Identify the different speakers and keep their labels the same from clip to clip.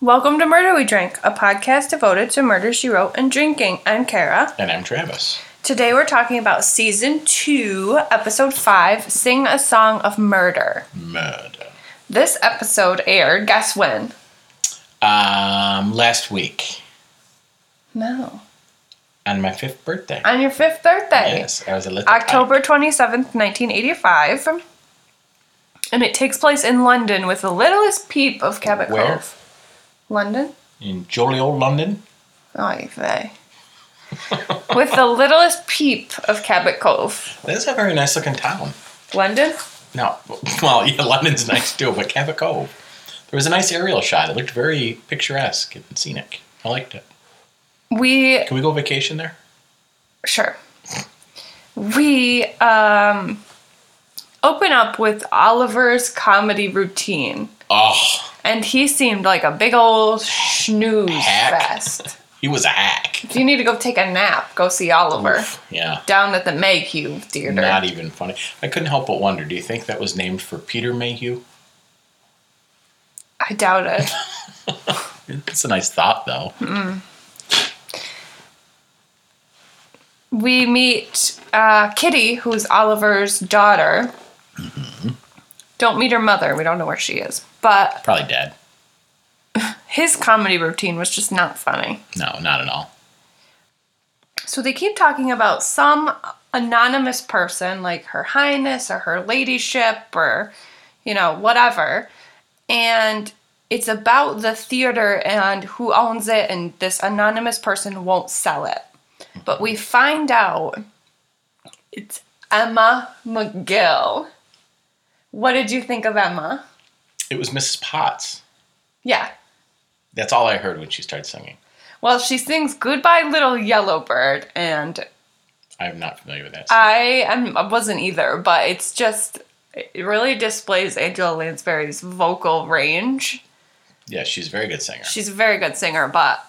Speaker 1: Welcome to Murder We Drink, a podcast devoted to murder she wrote and drinking. I'm Kara.
Speaker 2: And I'm Travis.
Speaker 1: Today we're talking about season two, episode five, Sing a Song of Murder.
Speaker 2: Murder.
Speaker 1: This episode aired, guess when?
Speaker 2: Um, last week
Speaker 1: No.
Speaker 2: on my fifth birthday.
Speaker 1: On your fifth birthday.
Speaker 2: Yes, I was a little.
Speaker 1: October 27th, 1985. And it takes place in London with the littlest peep of Cabot
Speaker 2: Where?
Speaker 1: Cove. London? Oh,
Speaker 2: in jolly old London.
Speaker 1: Oy vey. with the littlest peep of Cabot Cove.
Speaker 2: That's a very nice looking town.
Speaker 1: London?
Speaker 2: No, well, yeah, London's nice too, but Cabot Cove. There was a nice aerial shot. It looked very picturesque and scenic. I liked it.
Speaker 1: We
Speaker 2: Can we go vacation there?
Speaker 1: Sure. We um, open up with Oliver's comedy routine,
Speaker 2: Oh,
Speaker 1: and he seemed like a big old snooze
Speaker 2: Hack.
Speaker 1: fest.
Speaker 2: he was a hack.
Speaker 1: If you need to go take a nap, go see Oliver
Speaker 2: Yeah.
Speaker 1: down at the Mayhew Theater.
Speaker 2: Not even funny. I couldn't help but wonder. Do you think that was named for Peter Mayhew?
Speaker 1: I doubt it.
Speaker 2: It's a nice thought, though.
Speaker 1: we meet uh, Kitty, who's Oliver's daughter.
Speaker 2: Mm-hmm.
Speaker 1: Don't meet her mother. We don't know where she is. But
Speaker 2: Probably dead.
Speaker 1: his comedy routine was just not funny.
Speaker 2: No, not at all.
Speaker 1: So they keep talking about some anonymous person, like Her Highness or Her Ladyship or, you know, whatever. And it's about the theater and who owns it, and this anonymous person won't sell it. But we find out it's Emma McGill. What did you think of Emma?
Speaker 2: It was Mrs. Potts.
Speaker 1: Yeah.
Speaker 2: That's all I heard when she started singing.
Speaker 1: Well, she sings Goodbye Little Yellow Bird and
Speaker 2: I'm not familiar with that.
Speaker 1: I am, I wasn't either, but it's just it really displays Angela Lansbury's vocal range.
Speaker 2: yeah, she's a very good singer.
Speaker 1: She's a very good singer, but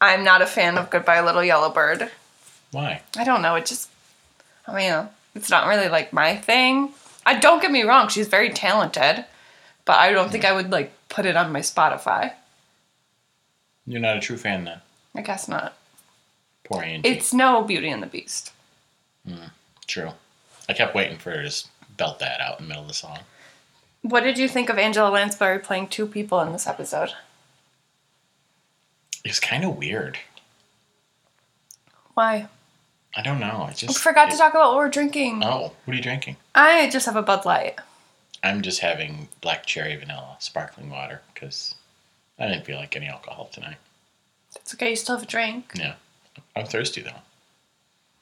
Speaker 1: I'm not a fan of Goodbye Little Yellow Bird.
Speaker 2: Why?
Speaker 1: I don't know, it just I mean, it's not really like my thing. I don't get me wrong, she's very talented, but I don't think I would like put it on my Spotify.
Speaker 2: You're not a true fan then.
Speaker 1: I guess not.
Speaker 2: Poor Angie.
Speaker 1: It's no Beauty and the Beast.
Speaker 2: true. I kept waiting for her to s- belt that out in the middle of the song.
Speaker 1: What did you think of Angela Lansbury playing two people in this episode?
Speaker 2: It was kind of weird.
Speaker 1: Why?
Speaker 2: I don't know. I
Speaker 1: We
Speaker 2: just
Speaker 1: forgot to
Speaker 2: it-
Speaker 1: talk about what we're drinking.
Speaker 2: Oh, what are you drinking?
Speaker 1: I just have a Bud Light.
Speaker 2: I'm just having black cherry vanilla sparkling water because I didn't feel like any alcohol tonight.
Speaker 1: It's okay, you still have a drink.
Speaker 2: Yeah, I'm thirsty though.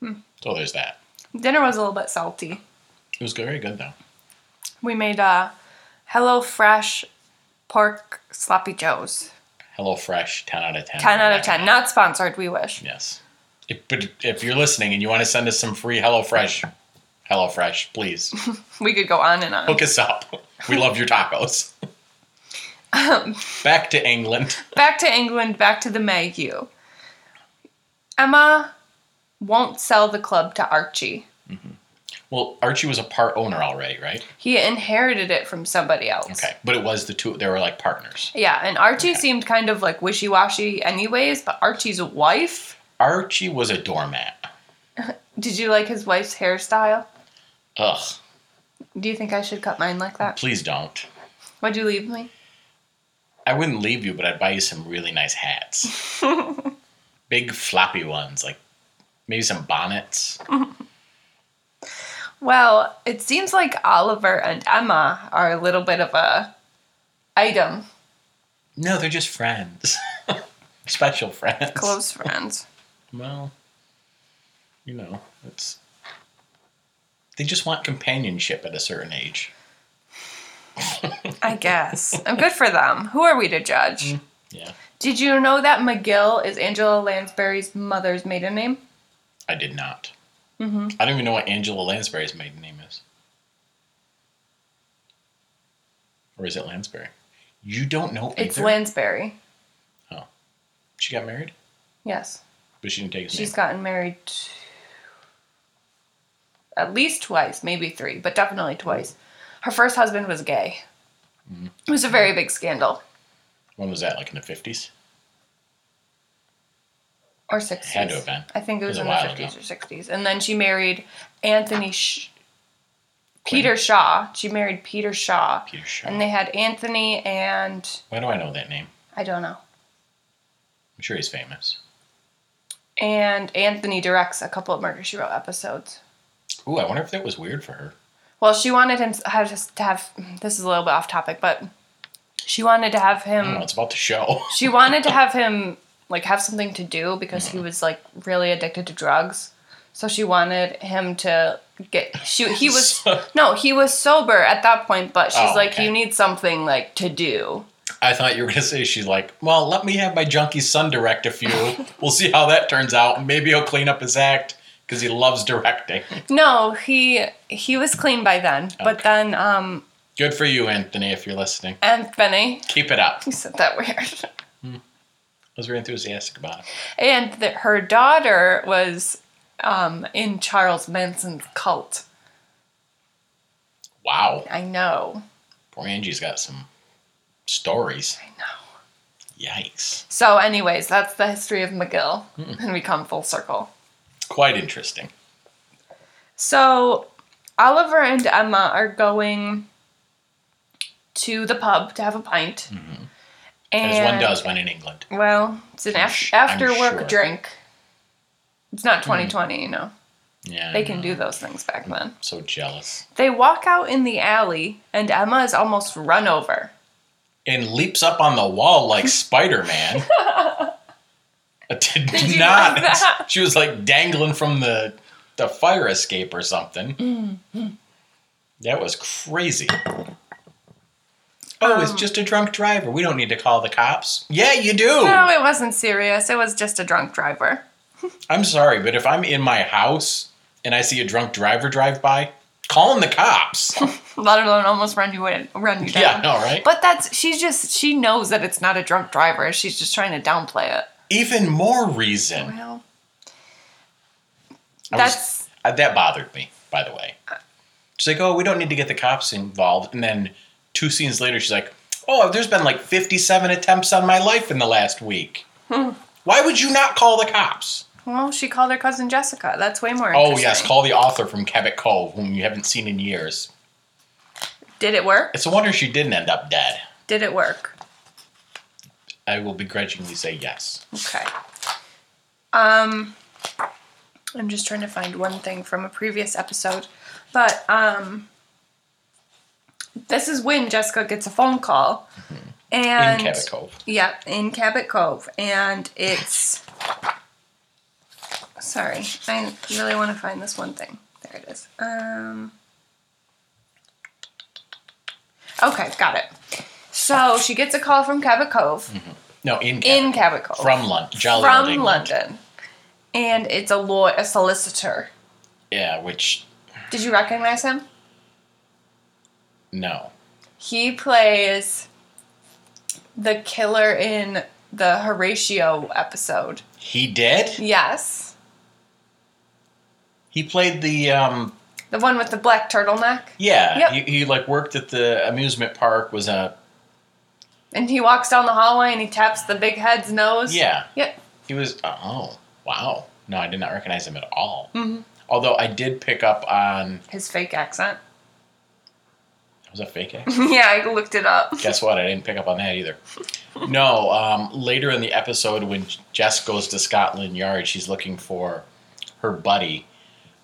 Speaker 1: Hmm.
Speaker 2: So there's that.
Speaker 1: Dinner was a little bit salty.
Speaker 2: It was very good though.
Speaker 1: We made uh, Hello Fresh pork sloppy joes.
Speaker 2: Hello Fresh, ten out of ten.
Speaker 1: 10 out of 10. Not sponsored, we wish.
Speaker 2: Yes. If, but if you're listening and you want to send us some free HelloFresh, HelloFresh, please
Speaker 1: We could go on and on.
Speaker 2: hook us up. We love your tacos. Back to England.
Speaker 1: Back to England, back to the Mayhew. Emma won't sell the club to Archie.
Speaker 2: Well, Archie was a part owner already, right?
Speaker 1: He inherited it from somebody else.
Speaker 2: Okay, but it was the two. They were like partners.
Speaker 1: Yeah, and Archie seemed kind of like wishy washy, anyways, but Archie's wife.
Speaker 2: Archie was a doormat.
Speaker 1: Did you like his wife's hairstyle?
Speaker 2: Ugh.
Speaker 1: Do you think I should cut mine like that?
Speaker 2: Please don't.
Speaker 1: Would you leave me?
Speaker 2: I wouldn't leave you, but I'd buy you some really nice hats. Big floppy ones, like maybe some bonnets.
Speaker 1: Well, it seems like Oliver and Emma are a little bit of a item,
Speaker 2: No, they're just friends. Special friends.
Speaker 1: close friends.
Speaker 2: Well, you know, it's they just want companionship at a certain age.
Speaker 1: I guess. I'm good for them. Who are we to
Speaker 2: Mm.
Speaker 1: judge?
Speaker 2: Yeah,
Speaker 1: Did you know that McGill is Angela Lansbury's mother's maiden name?
Speaker 2: I did not. Mm-hmm. I don't even know what Angela Lansbury's maiden name is, or is it Lansbury? You don't know either.
Speaker 1: It's Lansbury.
Speaker 2: she got married,
Speaker 1: Yes.
Speaker 2: but she didn't take his
Speaker 1: She's
Speaker 2: name.
Speaker 1: gotten married t- at least twice, maybe three, but
Speaker 2: Mm.
Speaker 1: definitely twice. Her first husband was gay. It was a very big scandal.
Speaker 2: When was that? Like in the fifties?
Speaker 1: or 60s.
Speaker 2: Had to have been.
Speaker 1: I think it was,
Speaker 2: It was a
Speaker 1: in the
Speaker 2: while
Speaker 1: 50s or 60s. And then she married Anthony Sh- Peter Shaw. She married Peter Shaw.
Speaker 2: Peter Shaw.
Speaker 1: And they had Anthony and
Speaker 2: Why do I know that name?
Speaker 1: I don't know.
Speaker 2: I'm sure he's famous.
Speaker 1: And Anthony directs a couple of Murder She Wrote episodes.
Speaker 2: Ooh, I wonder if that was weird for her.
Speaker 1: Well, she wanted him had us to have this is a little bit off topic, but she wanted to have
Speaker 2: I don't know.
Speaker 1: him
Speaker 2: It's about the show.
Speaker 1: she wanted to have him like have something to do because
Speaker 2: Mm-hmm.
Speaker 1: he was like really addicted to drugs. So she wanted him to get she he was
Speaker 2: So-
Speaker 1: no, he was sober at that point, but she's
Speaker 2: Oh,
Speaker 1: like
Speaker 2: okay.
Speaker 1: you need something like to do.
Speaker 2: I thought you were gonna say she's like, well, let me have my junkie son direct a few. we'll see how that turns out. Maybe he'll clean up his act because he loves directing.
Speaker 1: No, he he was clean by then. But
Speaker 2: Okay.
Speaker 1: then um
Speaker 2: Good for you, Anthony, if you're listening.
Speaker 1: Anthony,
Speaker 2: Keep it up. I
Speaker 1: you said that weird.
Speaker 2: was very enthusiastic about it.
Speaker 1: And that her daughter was um in Charles Manson's cult.
Speaker 2: Wow,
Speaker 1: I know.
Speaker 2: poor Angie's got some stories.
Speaker 1: I know.
Speaker 2: Yikes,
Speaker 1: So, anyways, that's the history of McGill, and we come full circle.
Speaker 2: quite interesting.
Speaker 1: So, Oliver and Emma are going to the pub to have a pint, and
Speaker 2: Mm-hmm. As one does when in England.
Speaker 1: Well, it's an
Speaker 2: I'm
Speaker 1: af-
Speaker 2: sh- I'm
Speaker 1: after work
Speaker 2: sure. Mm.
Speaker 1: drink. It's not 2020, you know.
Speaker 2: Yeah,
Speaker 1: They can do those things back then.
Speaker 2: So jealous.
Speaker 1: They walk out in the alley, and Emma is almost run over.
Speaker 2: And leaps up on the wall like Spider Man. did,
Speaker 1: Did you
Speaker 2: not.
Speaker 1: like that?
Speaker 2: She was like dangling from the the fire escape or something.
Speaker 1: Mm,
Speaker 2: That was crazy. Oh, it's
Speaker 1: Um,
Speaker 2: just a drunk driver. We don't need to call the cops. Yeah, you do.
Speaker 1: No, it wasn't serious. It was just a drunk driver.
Speaker 2: I'm sorry, but if I'm in my house and I see a drunk driver drive by, calling the cops.
Speaker 1: Let alone almost run you in, run you down.
Speaker 2: yeah, no, right?
Speaker 1: But that's she's just she knows that it's not a drunk driver. She's just trying to downplay it.
Speaker 2: Even more reason.
Speaker 1: Well,
Speaker 2: I was-
Speaker 1: that's
Speaker 2: Uh, that bothered me, by the way. She's like, oh, we don't need to get the cops involved. And then two scenes later, she's like, oh, there's been like 57 attempts on my life in the last week.
Speaker 1: Hmm.
Speaker 2: Why would you not call the cops?
Speaker 1: well. She called her cousin Jessica. That's way more.
Speaker 2: Oh,
Speaker 1: interesting.
Speaker 2: yes, call the author from Cabot Cove, whom you haven't seen in years.
Speaker 1: Did it work?
Speaker 2: It's a wonder she didn't end up dead.
Speaker 1: Did it work?
Speaker 2: I will begrudgingly say yes.
Speaker 1: Okay. Um, I'm just trying to find one thing from a previous episode, but um, this is when Jessica gets a phone call, and
Speaker 2: Mm-hmm. in Cabot Cove.
Speaker 1: yeah, in Cabot Cove, and it's. Sorry, I really want to find this one thing. There it is. Um. Okay, got it. So she gets a call from Cabot Cove
Speaker 2: No, in Cabot.
Speaker 1: in Cabot Cove
Speaker 2: Mm-hmm. from London. Jolly old
Speaker 1: from
Speaker 2: England.
Speaker 1: London, and it's a law a solicitor.
Speaker 2: Yeah, which,
Speaker 1: Did you recognize him?
Speaker 2: no.
Speaker 1: He plays the killer in the Horatio episode.
Speaker 2: He did?
Speaker 1: Yes,
Speaker 2: He played the um,
Speaker 1: the one with the black turtleneck,
Speaker 2: Yeah,
Speaker 1: Yep.
Speaker 2: he, he like worked at the amusement park. Was a
Speaker 1: and he walks down the hallway and he taps the big head's nose.
Speaker 2: yeah.
Speaker 1: Yep.
Speaker 2: He was oh wow. No, I did not recognize him at all.
Speaker 1: Mm-hmm.
Speaker 2: Although I did pick up on
Speaker 1: His fake accent.
Speaker 2: it was a fake. accent?
Speaker 1: yeah, I looked it up.
Speaker 2: Guess what? I didn't pick up on that either. No. Um, later in the episode, when Jess goes to Scotland Yard, she's looking for her buddy,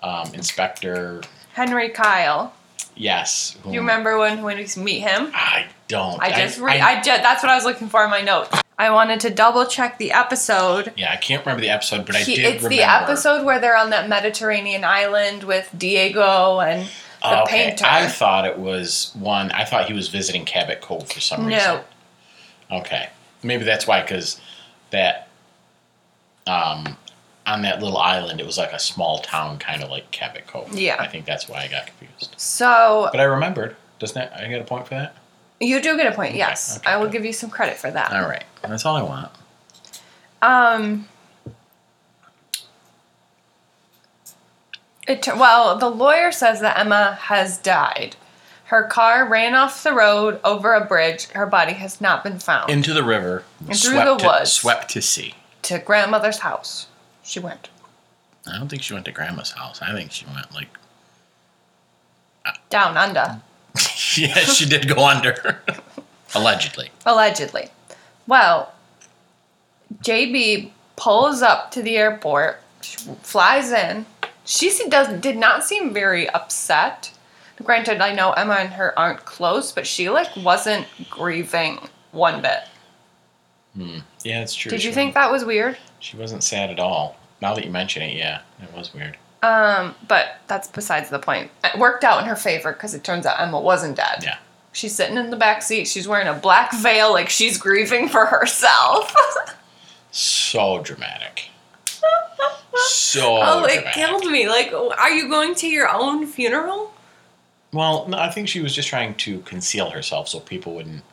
Speaker 2: um, Inspector.
Speaker 1: Henry Kyle.
Speaker 2: Yes. Whom
Speaker 1: Do you remember when when we meet him?
Speaker 2: Mm. I don't.
Speaker 1: I just re- I, ju- that's what I was looking for in my notes. I wanted to double check the episode
Speaker 2: yeah, I can't remember the episode, but I
Speaker 1: He-
Speaker 2: did
Speaker 1: it's
Speaker 2: remember.
Speaker 1: the episode where they're on that Mediterranean island with Diego and the painter.
Speaker 2: Oh, I thought it was one. I thought he was visiting Cabot Cove for some reason.
Speaker 1: no,
Speaker 2: Okay, maybe that's why. Because that, um, on that little island, it was like a small town, kind of like Cabot Cove.
Speaker 1: Yeah.
Speaker 2: I think that's why I got confused.
Speaker 1: so
Speaker 2: But I remembered. Doesn't that? I get a point for that.
Speaker 1: you do get a point. Yes,
Speaker 2: okay,
Speaker 1: I will
Speaker 2: good.
Speaker 1: give you some credit for that.
Speaker 2: All right, that's all I want.
Speaker 1: Um, it, tu- well, the lawyer says that Emma has died. Her car ran off the road over a bridge. Her body has not been found.
Speaker 2: Into the river. And
Speaker 1: through the woods.
Speaker 2: Swept to sea.
Speaker 1: to grandmother's house. She went.
Speaker 2: I don't think she went to grandma's house. I think she went like.
Speaker 1: Down under.
Speaker 2: yeah, she did go under. Allegedly.
Speaker 1: Allegedly. Well, JB pulls up to the airport, she flies in. She se- does, did not seem very upset. Granted, I know Emma and her aren't close, but she like wasn't grieving one bit.
Speaker 2: Yeah, that's true.
Speaker 1: Did
Speaker 2: She
Speaker 1: you think that was weird?
Speaker 2: wasn't- She wasn't sad at all. Now that you mention it, yeah, it was weird.
Speaker 1: Um, but that's besides the point. It worked out in her favor because it turns out Emma wasn't dead.
Speaker 2: Yeah.
Speaker 1: She's sitting in the back seat. She's wearing a black veil, like she's grieving for herself.
Speaker 2: So dramatic. So
Speaker 1: Oh, it
Speaker 2: dramatic.
Speaker 1: killed me. Like, oh, are you going to your own funeral?
Speaker 2: Well, no, I think she was just trying to conceal herself so people wouldn't.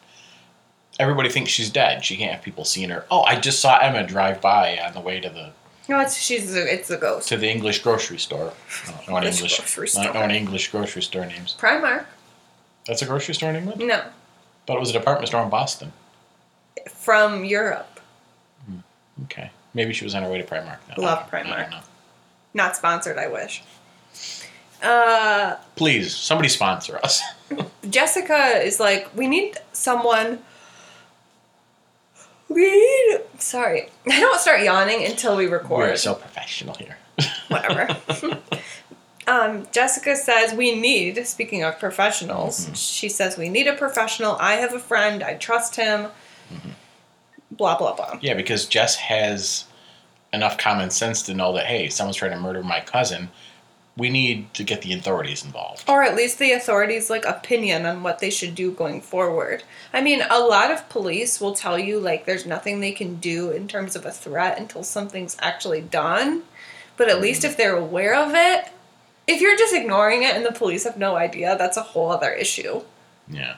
Speaker 2: Everybody thinks she's dead. She can't have people seeing her. Oh, I just saw Emma drive by on the way to the
Speaker 1: No, it's she's a, it's a ghost.
Speaker 2: to the English grocery store. I don't know an
Speaker 1: English
Speaker 2: English.
Speaker 1: grocery
Speaker 2: I don't know
Speaker 1: store.
Speaker 2: an English grocery store names.
Speaker 1: Primark?
Speaker 2: That's a grocery store in England.
Speaker 1: No,
Speaker 2: Thought it was a department store in Boston.
Speaker 1: from Europe.
Speaker 2: Okay, maybe she was on her way to Primark. Then.
Speaker 1: Love
Speaker 2: I don't know. I don't
Speaker 1: Primark.
Speaker 2: know.
Speaker 1: Not sponsored, I wish. Uh,
Speaker 2: Please, somebody sponsor us.
Speaker 1: Jessica is like, we need someone. We need. Sorry, I don't start yawning until we record.
Speaker 2: We're so professional here.
Speaker 1: Whatever. um, Jessica says we need. Speaking of professionals, she says we need a professional. I have a friend. I trust him. Blah blah blah.
Speaker 2: Yeah, because Jess has enough common sense to know that hey, someone's trying to murder my cousin. We need to get the authorities involved.
Speaker 1: or at least the authorities like opinion on what they should do going forward. I mean, a lot of police will tell you like there's nothing they can do in terms of a threat until something's actually done. But at least if they're aware of it, if you're just ignoring it and the police have no idea, that's a whole other issue.
Speaker 2: Yeah.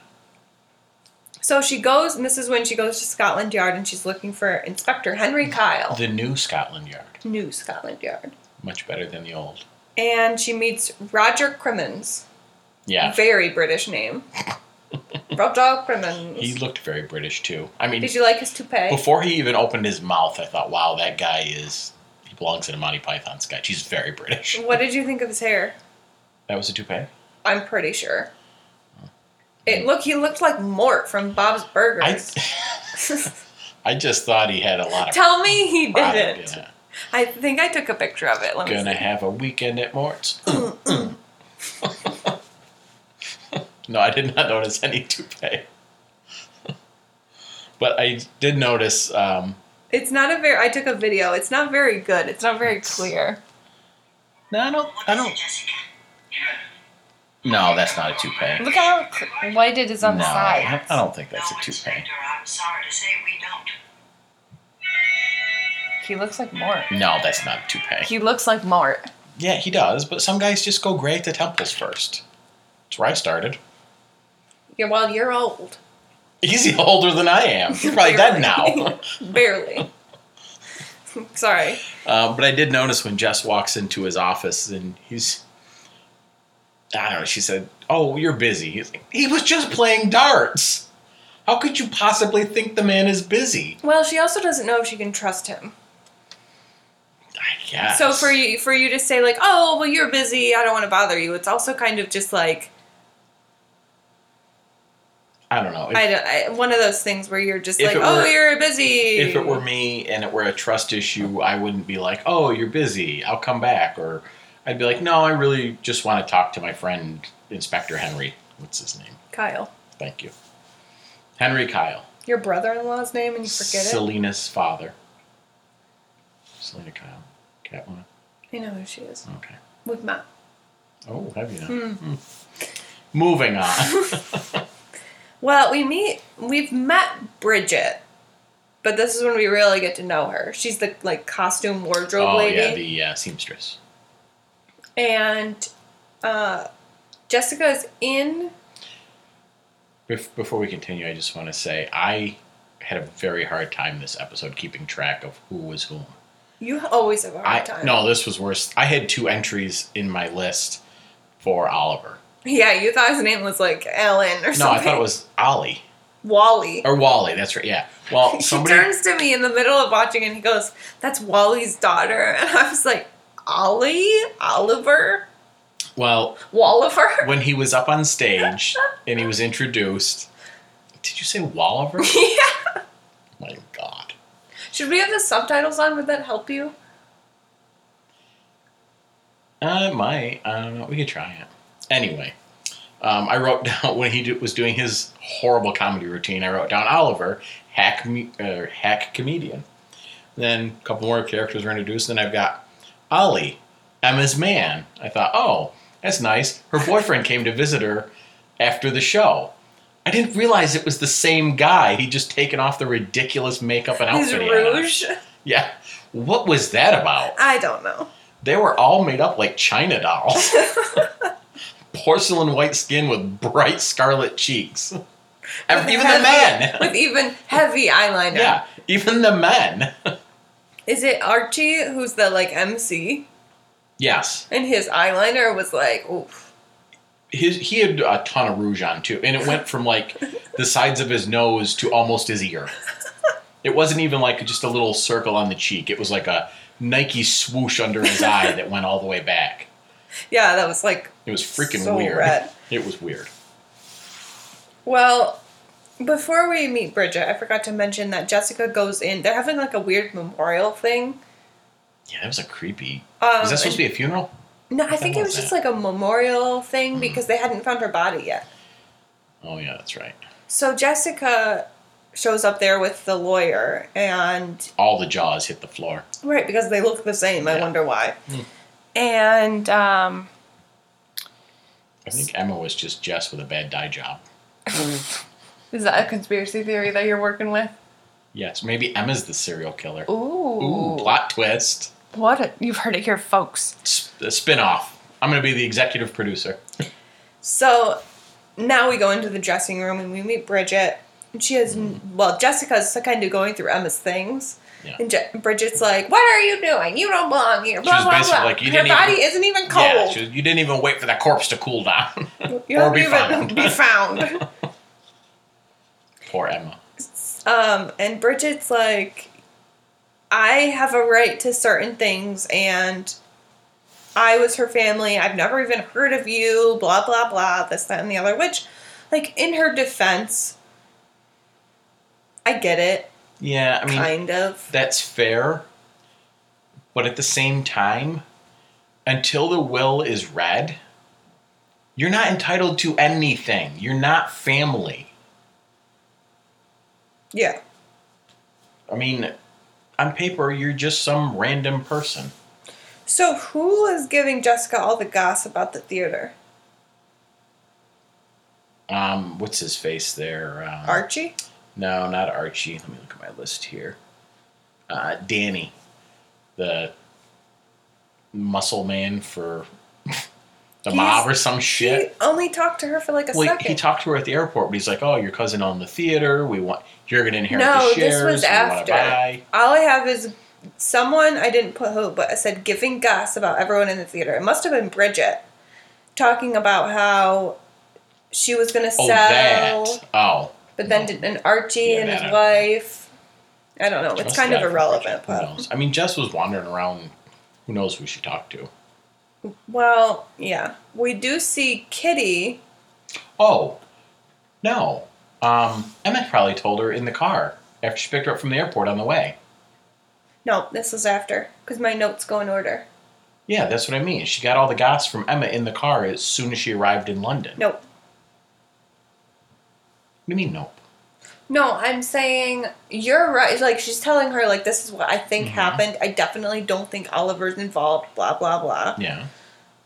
Speaker 1: So she goes, and this is when she goes to Scotland Yard and she's looking for Inspector Henry Kyle,
Speaker 2: The new Scotland Yard,
Speaker 1: new Scotland Yard.
Speaker 2: much better than the old.
Speaker 1: And she meets Roger Crimmins,
Speaker 2: Yeah.
Speaker 1: very British name. Roger Crimmins.
Speaker 2: He looked very British too. I mean,
Speaker 1: Did you like his toupee?
Speaker 2: before he even opened his mouth, I thought, wow, that guy is he belongs in a Monty Python sketch. He's very British.
Speaker 1: What did you think of his hair?
Speaker 2: That was a toupee.
Speaker 1: I'm pretty sure. It look he looked like Mort from Bob's
Speaker 2: Hmm. I
Speaker 1: Burgers.
Speaker 2: I just thought he had a lot of
Speaker 1: Tell me he
Speaker 2: pride in
Speaker 1: didn't.
Speaker 2: it.
Speaker 1: I think I took a picture of it. Let me
Speaker 2: Gonna
Speaker 1: see.
Speaker 2: have a weekend at Mort's. no, I did not notice any toupee. but I did notice. Um,
Speaker 1: It's not a very. I took a video. It's not very good. It's not very clear.
Speaker 2: no, I don't. I don't. No, that's not a toupee.
Speaker 1: Look how cl- whited is on
Speaker 2: no,
Speaker 1: the
Speaker 2: I
Speaker 1: sides.
Speaker 2: I don't think that's
Speaker 3: no,
Speaker 2: a toupee.
Speaker 3: Inspector, I'm sorry to say we don't.
Speaker 1: He looks like Mort.
Speaker 2: No, that's not a toupee.
Speaker 1: He looks like Mort.
Speaker 2: Yeah, he does, but some guys just go gray at the temples first. That's where I started.
Speaker 1: Yeah, well, you're old.
Speaker 2: He's older than I am. He's probably dead now.
Speaker 1: Barely. Sorry.
Speaker 2: Uh, but I did notice when Jess walks into his office and he's, I don't know, she said, Oh, you're busy. He's like, he was just playing darts. How could you possibly think the man is busy?
Speaker 1: Well, she also doesn't know if she can trust him.
Speaker 2: I guess.
Speaker 1: So for you for you to say like, oh well you're busy, I don't want to bother you. It's also kind of just like
Speaker 2: I don't know. If,
Speaker 1: I, don't, I one of those things where you're just
Speaker 2: If
Speaker 1: like,
Speaker 2: it
Speaker 1: oh
Speaker 2: were-
Speaker 1: you're busy.
Speaker 2: if it were me and it were a trust issue, I wouldn't be like, Oh, you're busy. I'll come back. Or I'd be like, No, I really just want to talk to my friend, Inspector Henry. What's his name?
Speaker 1: Kyle,
Speaker 2: Thank you. Henry Kyle.
Speaker 1: your brother-in-law's name and you forget
Speaker 2: Selena's father. Selena Kyle. Catwoman.
Speaker 1: it. I know who she is
Speaker 2: Okay.
Speaker 1: with Matt.
Speaker 2: Oh, have you now? Hmm. Moving on.
Speaker 1: Well, we meet we've met Bridget, but this is when we really get to know her. She's the like costume wardrobe
Speaker 2: oh,
Speaker 1: lady,
Speaker 2: yeah, the uh, seamstress.
Speaker 1: and uh, Jessica's in.
Speaker 2: Bef- before we continue, I just want to say I had a very hard time this episode keeping track of who was whom.
Speaker 1: You always have a hard
Speaker 2: I
Speaker 1: time.
Speaker 2: no, this was worse. I had two entries in my list for Oliver.
Speaker 1: Yeah, you thought his name was like Ellen or
Speaker 2: No,
Speaker 1: something.
Speaker 2: I thought it was Ollie
Speaker 1: Wally.
Speaker 2: or Wally. That's right. Yeah. Well, somebody.
Speaker 1: He turns to me in the middle of watching and he goes, That's Wally's daughter. And I was like, Ollie? Oliver?
Speaker 2: Well,
Speaker 1: Walliver?
Speaker 2: when he was up on stage and he was introduced, did you say Walliver?
Speaker 1: yeah.
Speaker 2: My God.
Speaker 1: Should we have the subtitles on? Would that help you?
Speaker 2: Uh, it might. I don't know. We could try it. Anyway, um, I wrote down when he do, was doing his horrible comedy routine. I wrote down Oliver, hack me- uh, hack comedian. Then a couple more characters were introduced. Then I've got Ollie, Emma's man. I thought, oh, that's nice. Her boyfriend came to visit her after the show. I didn't realize it was the same guy. He'd just taken off the ridiculous makeup and
Speaker 1: His
Speaker 2: outfit. he had on.
Speaker 1: rouge?
Speaker 2: Yeah. What was that about?
Speaker 1: I don't know.
Speaker 2: They were all made up like China dolls. Porcelain white skin with bright scarlet cheeks. Ev-
Speaker 1: With
Speaker 2: even the
Speaker 1: heavy-
Speaker 2: men.
Speaker 1: With even heavy eyeliner.
Speaker 2: Yeah, even the men.
Speaker 1: Is it Archie who's the like MC?
Speaker 2: yes.
Speaker 1: And his eyeliner was like, oof.
Speaker 2: His, he had a ton of rouge on too, and it went from like the sides of his nose to almost his ear. It wasn't even like just a little circle on the cheek, it was like a Nike swoosh under his eye that went all the way back.
Speaker 1: Yeah, that was like
Speaker 2: It was freaking
Speaker 1: So
Speaker 2: weird.
Speaker 1: red.
Speaker 2: It was weird.
Speaker 1: Well, before we meet Bridget, I forgot to mention that Jessica goes in. They're having like a weird memorial thing.
Speaker 2: Yeah, that was a creepy.
Speaker 1: Um,
Speaker 2: Is that supposed to be a funeral?
Speaker 1: No, I think it
Speaker 2: was
Speaker 1: was just
Speaker 2: that? Hmm.
Speaker 1: like a memorial thing because they hadn't found her body yet.
Speaker 2: Oh yeah, that's right.
Speaker 1: So Jessica shows up there with the lawyer and
Speaker 2: all the jaws hit the floor.
Speaker 1: right because they look the same. I
Speaker 2: Yeah. Hmm.
Speaker 1: wonder why. And um,
Speaker 2: I think Emma was just Jess with a bad dye job.
Speaker 1: is that a conspiracy theory that you're working with?
Speaker 2: Yes, maybe Emma's the serial killer.
Speaker 1: Ooh,
Speaker 2: Ooh, plot twist.
Speaker 1: what a, you've heard it here, folks.
Speaker 2: S- a spin-off. I'm going to be the executive producer.
Speaker 1: So now we go into the dressing room and we meet Bridget. And she has, well, Jessica's kind of going through Emma's things.
Speaker 2: Yeah.
Speaker 1: And Je- Bridget's like, What are you doing? You don't belong here. Blah,
Speaker 2: was
Speaker 1: blah,
Speaker 2: basically
Speaker 1: blah.
Speaker 2: like, "You
Speaker 1: Your
Speaker 2: didn't
Speaker 1: body
Speaker 2: even-
Speaker 1: isn't even
Speaker 2: Yeah,
Speaker 1: cold.
Speaker 2: she was- you didn't even wait for that corpse to cool down.
Speaker 1: you
Speaker 2: or
Speaker 1: haven't
Speaker 2: be
Speaker 1: even
Speaker 2: found.
Speaker 1: be found.
Speaker 2: Poor Emma.
Speaker 1: um, and Bridget's like, I have a right to certain things and I was her family. I've never even heard of you. Blah, blah, blah. This, that, and the other. Which, like, in her defense, I get it.
Speaker 2: Yeah, I mean,
Speaker 1: kind of.
Speaker 2: that's fair. But at the same time, until the will is read, you're not entitled to anything. You're not family.
Speaker 1: Yeah.
Speaker 2: I mean, on paper, you're just some random person.
Speaker 1: So, who is giving Jessica all the goss about the theater?
Speaker 2: Um, what's his face there? Um,
Speaker 1: Archie?
Speaker 2: No, not Archie. Let me look at my list here. Uh, Danny, the muscle man for the
Speaker 1: He's-
Speaker 2: mob or some shit.
Speaker 1: He only talked to her for like a
Speaker 2: Well,
Speaker 1: second.
Speaker 2: he talked to her at the airport, but he's like, "Oh, your cousin owned the theater. We want you're gonna inherit
Speaker 1: no,
Speaker 2: the shares.
Speaker 1: this was
Speaker 2: we wanna
Speaker 1: after.
Speaker 2: buy."
Speaker 1: All I have is someone, I didn't put who, but I said giving goss about everyone in the theater. It must have been Bridget talking about how she was going to
Speaker 2: Oh,
Speaker 1: sell,
Speaker 2: that. Oh,
Speaker 1: but then
Speaker 2: No.
Speaker 1: did an Archie
Speaker 2: Yeah,
Speaker 1: and his
Speaker 2: that I don't know.
Speaker 1: wife. I don't know. It's
Speaker 2: Must
Speaker 1: kind of
Speaker 2: have died from
Speaker 1: irrelevant.
Speaker 2: Who
Speaker 1: But,
Speaker 2: knows? I mean, Jess was wandering around. Who knows who she talked to?
Speaker 1: well, yeah. We do see Kitty.
Speaker 2: Oh, no. Um, Emmett probably told her in the car after she picked her up from the airport on the way.
Speaker 1: No, this was after, because my notes go in order.
Speaker 2: Yeah, that's what I mean. She got all the goss from Emma in the car as soon as she arrived in London.
Speaker 1: Nope.
Speaker 2: What do you mean, nope?
Speaker 1: No, I'm saying you're right. Like she's telling her, like this is what I think happened. I definitely don't think Oliver's involved. Blah blah blah.
Speaker 2: Yeah.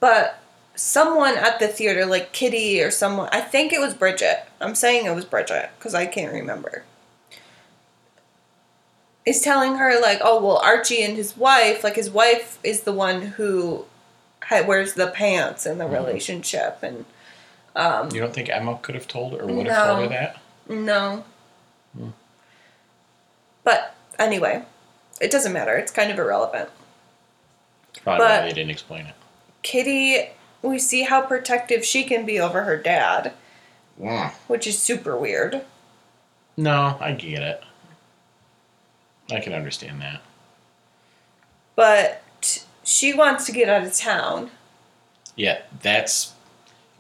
Speaker 1: But someone at the theater, like Kitty or someone, I think it was Bridget. I'm saying it was Bridget because I can't remember. Is telling her like, oh well, Archie and his wife, like his wife is the one who ha- wears the pants in the relationship, and
Speaker 2: You don't think Emma could have told or would
Speaker 1: No.
Speaker 2: have told her that?
Speaker 1: No.
Speaker 2: Hmm.
Speaker 1: But anyway, it doesn't matter. It's kind of irrelevant.
Speaker 2: Probably why
Speaker 1: But-
Speaker 2: they didn't explain it.
Speaker 1: Kitty we see how protective she can be over her dad,
Speaker 2: Mm.
Speaker 1: which is super weird.
Speaker 2: No, I get it. I can understand that.
Speaker 1: But she wants to get out of town.
Speaker 2: Yeah, that's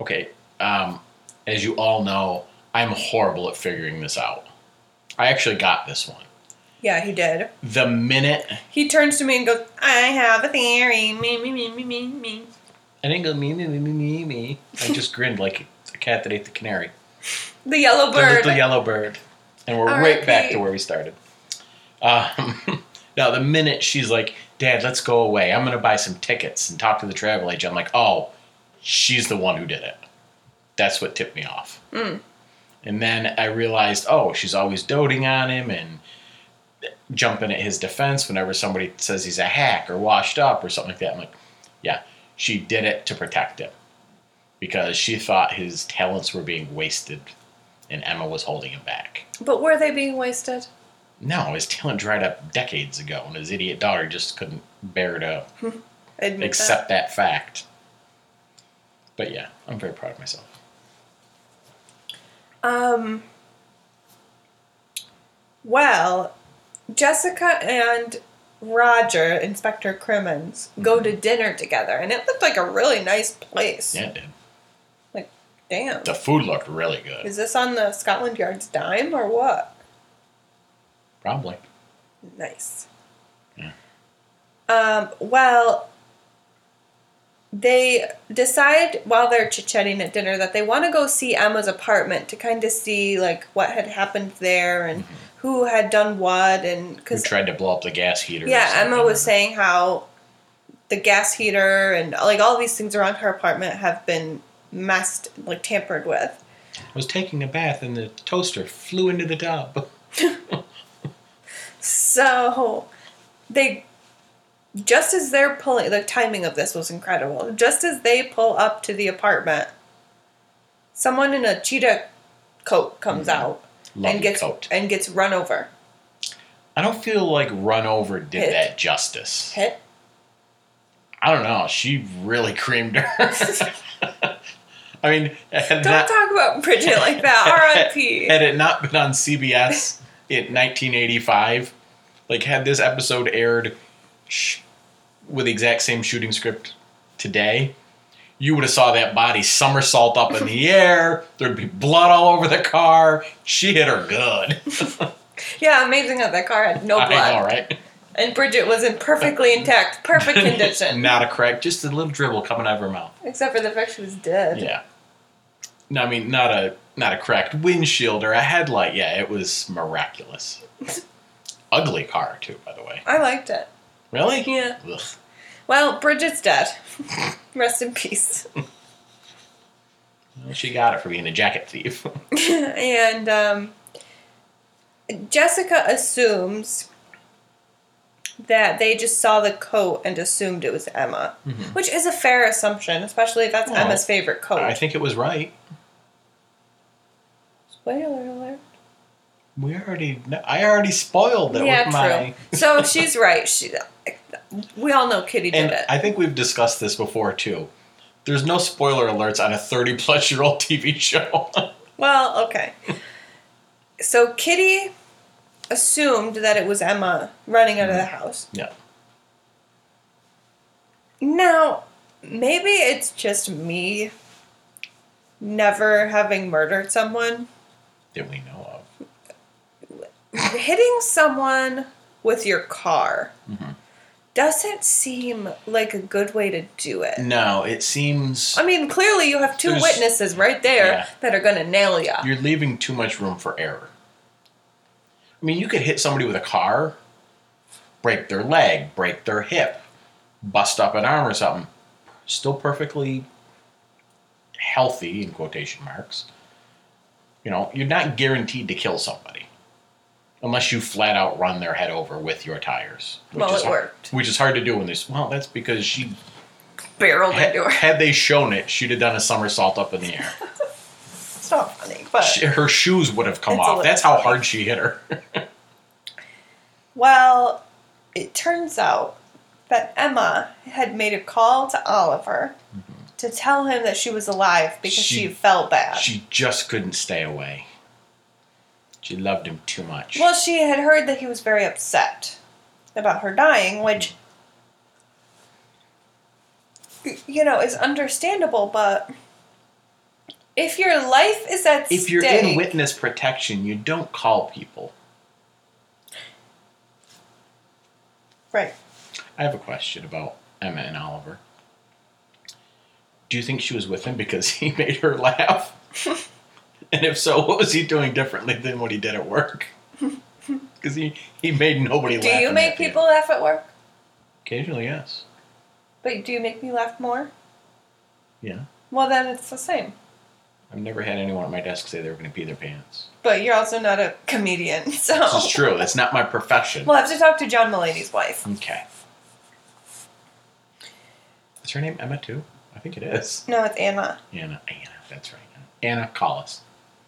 Speaker 2: okay. Um, as you all know, I'm horrible at figuring this out. I actually got this one.
Speaker 1: Yeah, he did.
Speaker 2: The minute
Speaker 1: He turns to me and goes, I have a theory. Me, me, me, me, me, me.
Speaker 2: I didn't go me me me me me me, I just grinned like a cat that ate the canary.
Speaker 1: The yellow
Speaker 2: the
Speaker 1: bird.
Speaker 2: little yellow bird. And we're right
Speaker 1: R.I.P.
Speaker 2: back to where we started. Um, now, the minute she's like, Dad, let's go away. I'm going to buy some tickets and talk to the travel agent. I'm like, oh, she's the one who did it. That's what tipped me off. And then I realized, oh, she's always doting on him and jumping at his defense whenever somebody says he's a hack or washed up or something like that. I'm like, yeah, she did it to protect him because she thought his talents were being wasted and Emma was holding him back.
Speaker 1: But were they being wasted?
Speaker 2: No, his talent dried up decades ago, and his idiot daughter just couldn't bear to
Speaker 1: Admit
Speaker 2: accept that fact. But yeah, I'm very proud of myself.
Speaker 1: that. Um. Well, Jessica and Roger, Inspector Crimmins, go to dinner together, and it looked like a really nice place.
Speaker 2: Yeah, it did.
Speaker 1: Damn.
Speaker 2: The food looked really good.
Speaker 1: Is this on the Scotland Yard's dime or what?
Speaker 2: Probably.
Speaker 1: Nice.
Speaker 2: Yeah.
Speaker 1: Um, well, they decide while they're chit chatting at dinner that they want to go see Emma's apartment to kind of see like what had happened there and who had done what and
Speaker 2: Mm-hmm. Who
Speaker 1: because
Speaker 2: tried to blow up the gas heater? or
Speaker 1: yeah, Emma
Speaker 2: something.
Speaker 1: was saying how the gas heater and like all these things around her apartment have been messed like tampered with.
Speaker 2: I was taking a bath and the toaster flew into the tub.
Speaker 1: So they just as they're pulling the timing of this was incredible. Just as they pull up to the apartment, someone in a cheetah coat comes out
Speaker 2: Lovely
Speaker 1: and gets
Speaker 2: Mm-hmm. coat.
Speaker 1: and gets run over.
Speaker 2: I don't feel like run over did
Speaker 1: Hit.
Speaker 2: that justice.
Speaker 1: Hit.
Speaker 2: I don't know. She really creamed her. I mean,
Speaker 1: Don't talk about Bridget like that. R.I.P.
Speaker 2: Had it not been on CBS in 1985, like had this episode aired sh- with the exact same shooting script today, you would have saw that body somersault up in the air. There'd be blood all over the car. She hit her good.
Speaker 1: Yeah, amazing that that car had no blood,
Speaker 2: I know, right?
Speaker 1: and Bridget was in perfectly intact, perfect condition,
Speaker 2: Not a crack, just a little dribble coming out of her mouth.
Speaker 1: except for the fact she was dead.
Speaker 2: Yeah. No, I mean not a not a cracked windshield or a headlight. Yeah, it was miraculous. Ugly car too, by the way.
Speaker 1: I liked it.
Speaker 2: Really?
Speaker 1: Yeah.
Speaker 2: Ugh.
Speaker 1: Well, Bridget's dead. Rest in peace.
Speaker 2: Well, she got it for being a jacket thief.
Speaker 1: and um, Jessica assumes that they just saw the coat and assumed it was Emma, which is a fair assumption, especially if that's
Speaker 2: Mm-hmm. Well,
Speaker 1: Emma's favorite coat.
Speaker 2: I think it was right.
Speaker 1: Spoiler alert.
Speaker 2: We already. kn- I already spoiled it
Speaker 1: yeah,
Speaker 2: with my.
Speaker 1: true. so she's right. She, we all know Kitty did
Speaker 2: And
Speaker 1: it.
Speaker 2: I think we've discussed this before too. There's no spoiler alerts on a 30 plus year old TV show.
Speaker 1: Well, okay. So Kitty assumed that it was Emma running out of the house.
Speaker 2: yeah.
Speaker 1: Now, maybe it's just me never having murdered someone.
Speaker 2: That we know of.
Speaker 1: Hitting someone with your car
Speaker 2: Mm-hmm.
Speaker 1: doesn't seem like a good way to do it.
Speaker 2: No, it seems
Speaker 1: I mean, clearly you have two
Speaker 2: Mm. There's-
Speaker 1: witnesses right there
Speaker 2: Yeah.
Speaker 1: that are gonna nail ya.
Speaker 2: you're leaving too much room for error. I mean, you could hit somebody with a car, break their leg, break their hip, bust up an arm or something. Still perfectly healthy, in quotation marks. You know, you're not guaranteed to kill somebody unless you flat out run their head over with your tires.
Speaker 1: Well,
Speaker 2: is
Speaker 1: it
Speaker 2: har-
Speaker 1: worked.
Speaker 2: Which is hard to do when there's. Well, that's because she.
Speaker 1: Barreled
Speaker 2: Had,
Speaker 1: into her.
Speaker 2: had they shown it, she'd have done a somersault up in the air.
Speaker 1: It's not funny, but
Speaker 2: She- her shoes would have come
Speaker 1: It's a
Speaker 2: off.
Speaker 1: little
Speaker 2: That's how hard she hit her.
Speaker 1: well, it turns out that Emma had made a call to Oliver to tell him that she was alive because she,
Speaker 2: Mm-hmm. She-
Speaker 1: felt bad.
Speaker 2: She just couldn't stay away. She loved him too much.
Speaker 1: well, she had heard that he was very upset about her dying, which y- you know is understandable, but if your life is at
Speaker 2: if you're
Speaker 1: stake,
Speaker 2: in witness protection, you don't call people.
Speaker 1: right?
Speaker 2: I have a question about Emma and Oliver. Do you think she was with him because he made her laugh? and if so, what was he doing differently than what he did at work? Because he, he made nobody
Speaker 1: Do
Speaker 2: laugh.
Speaker 1: you
Speaker 2: in
Speaker 1: make
Speaker 2: that theater.
Speaker 1: people laugh at work?
Speaker 2: Occasionally, yes.
Speaker 1: But do you make me laugh more?
Speaker 2: Yeah.
Speaker 1: Well, then it's the same.
Speaker 2: I've never had anyone at my desk say they were going to pee their pants.
Speaker 1: But you're also not a comedian, so
Speaker 2: This is true. That's not my profession.
Speaker 1: we'll have to talk to John Mulaney's wife.
Speaker 2: Okay. Is her name Emma too? I think it is.
Speaker 1: No, it's Anna.
Speaker 2: Anna. Anna. That's right. Anna, call us.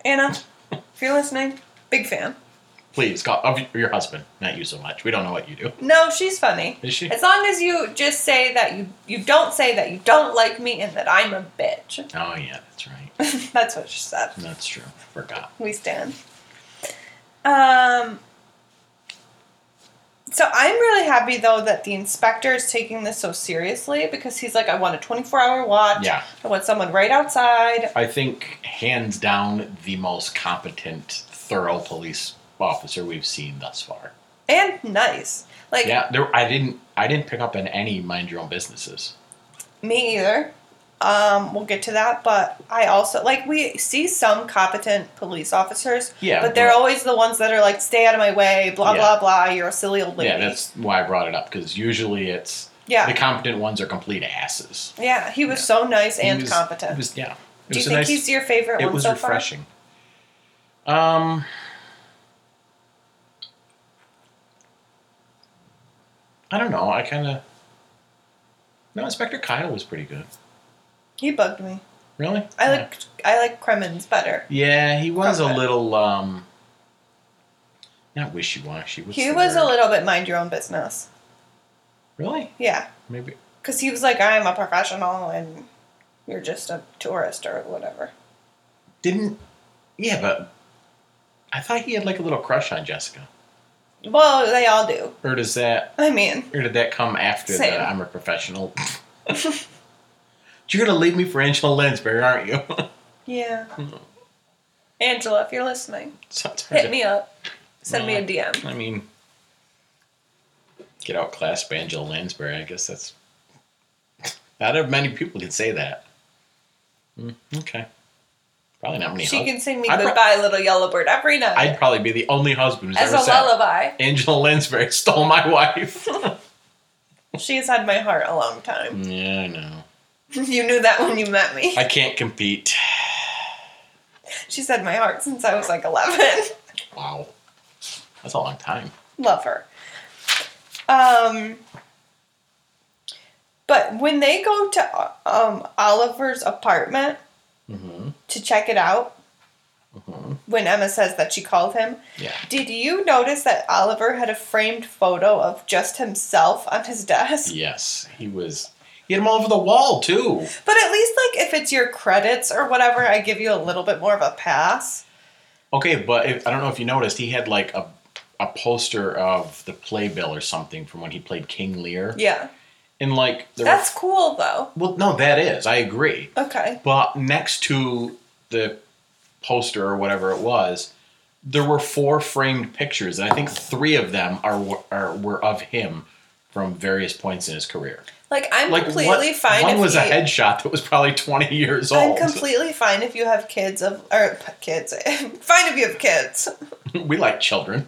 Speaker 1: Anna, if you're listening, big fan.
Speaker 2: Please call of your husband, not you so much. We don't know what you do.
Speaker 1: No, she's funny.
Speaker 2: Is she?
Speaker 1: As long as you just say that you you don't say that you don't like me and that I'm a bitch.
Speaker 2: Oh yeah, that's right.
Speaker 1: That's what she said.
Speaker 2: That's true. Forgot.
Speaker 1: We stand. Um. So I'm really happy though that the inspector is taking this so seriously because he's like, I want a 24 hour watch.
Speaker 2: Yeah.
Speaker 1: I want someone right outside.
Speaker 2: I think hands down the most competent, thorough police officer we've seen thus far.
Speaker 1: and nice. Like
Speaker 2: Yeah, there. I didn't. I didn't pick up on any mind your own businesses.
Speaker 1: me either. Um, we'll get to that, but I also like we see some competent police officers.
Speaker 2: Yeah,
Speaker 1: but they're
Speaker 2: but-
Speaker 1: always the ones that are like, "Stay out of my way," blah
Speaker 2: Yeah.
Speaker 1: blah blah. You're a silly old lady.
Speaker 2: Yeah, that's why I brought it up because usually it's
Speaker 1: Yeah.
Speaker 2: the competent ones are complete asses.
Speaker 1: Yeah, he was
Speaker 2: Yeah.
Speaker 1: so nice
Speaker 2: He
Speaker 1: and
Speaker 2: was-
Speaker 1: competent.
Speaker 2: It was, yeah. It
Speaker 1: Do you
Speaker 2: was a
Speaker 1: think
Speaker 2: nice-
Speaker 1: he's your favorite
Speaker 2: It
Speaker 1: one
Speaker 2: was
Speaker 1: so
Speaker 2: refreshing. Um, I don't know. I kind of. No, Inspector Kyle was pretty good.
Speaker 1: far? He bugged me.
Speaker 2: Really?
Speaker 1: I
Speaker 2: yeah.
Speaker 1: like I like Kremens better.
Speaker 2: Yeah, he was a
Speaker 1: Crumb it.
Speaker 2: little. um Not wishy-washy. What's
Speaker 1: he
Speaker 2: the
Speaker 1: was a
Speaker 2: word?
Speaker 1: little bit mind your own business.
Speaker 2: Really?
Speaker 1: Yeah,
Speaker 2: Maybe.
Speaker 1: because he was like, "I'm a professional and you're just a tourist or whatever."
Speaker 2: Didn't. Yeah, but. I thought he had like a little crush on Jessica.
Speaker 1: Well, they all do.
Speaker 2: Or does that
Speaker 1: I mean,
Speaker 2: Or did that come after
Speaker 1: Same.
Speaker 2: the I'm a professional? You're gonna leave me for Angela Lansbury, aren't you?
Speaker 1: Yeah. Angela, if you're listening,
Speaker 2: Sometimes
Speaker 1: hit
Speaker 2: I-
Speaker 1: me up. Send me a DM.
Speaker 2: I mean, get outclassed by Angela Lansbury. I guess that's not of many people can say that. Mm, okay, probably not many.
Speaker 1: She
Speaker 2: hus-
Speaker 1: can sing me
Speaker 2: I'd pro-
Speaker 1: goodbye, little yellow bird, every night
Speaker 2: I'd probably be the only husband who's
Speaker 1: as a
Speaker 2: ever said
Speaker 1: lullaby.
Speaker 2: Angela Lansbury stole my wife.
Speaker 1: She has had my heart a long time.
Speaker 2: yeah, I know.
Speaker 1: you knew that when you met me.
Speaker 2: I can't compete.
Speaker 1: She's had my heart since I was like 11.
Speaker 2: Wow, that's a long time.
Speaker 1: Love her. Um, but when they go to um, Oliver's apartment
Speaker 2: hmm
Speaker 1: to check it out,
Speaker 2: hmm
Speaker 1: when Emma says that she called him,
Speaker 2: Yeah.
Speaker 1: Did you notice that Oliver had a framed photo of just himself on his desk?
Speaker 2: Yes, he was. He had him all over the wall too.
Speaker 1: But at least, like, if it's your credits or whatever, I give you a little bit more of a pass.
Speaker 2: Okay, but if, I don't know if you noticed, he had like a a poster of the playbill or something from when he played King Lear.
Speaker 1: Yeah.
Speaker 2: And like there
Speaker 1: That's cool, though.
Speaker 2: were, well, no, that is. I agree.
Speaker 1: Okay.
Speaker 2: But next to the poster or whatever it was, there were four framed pictures, and I think three of them are are were of him from various points in his career.
Speaker 1: Like, I'm
Speaker 2: Like
Speaker 1: completely
Speaker 2: what,
Speaker 1: fine
Speaker 2: One
Speaker 1: if
Speaker 2: was
Speaker 1: you,
Speaker 2: a headshot that was probably twenty years
Speaker 1: I'm
Speaker 2: old.
Speaker 1: completely fine if you have kids of or p- kids. fine if you have kids.
Speaker 2: we like children.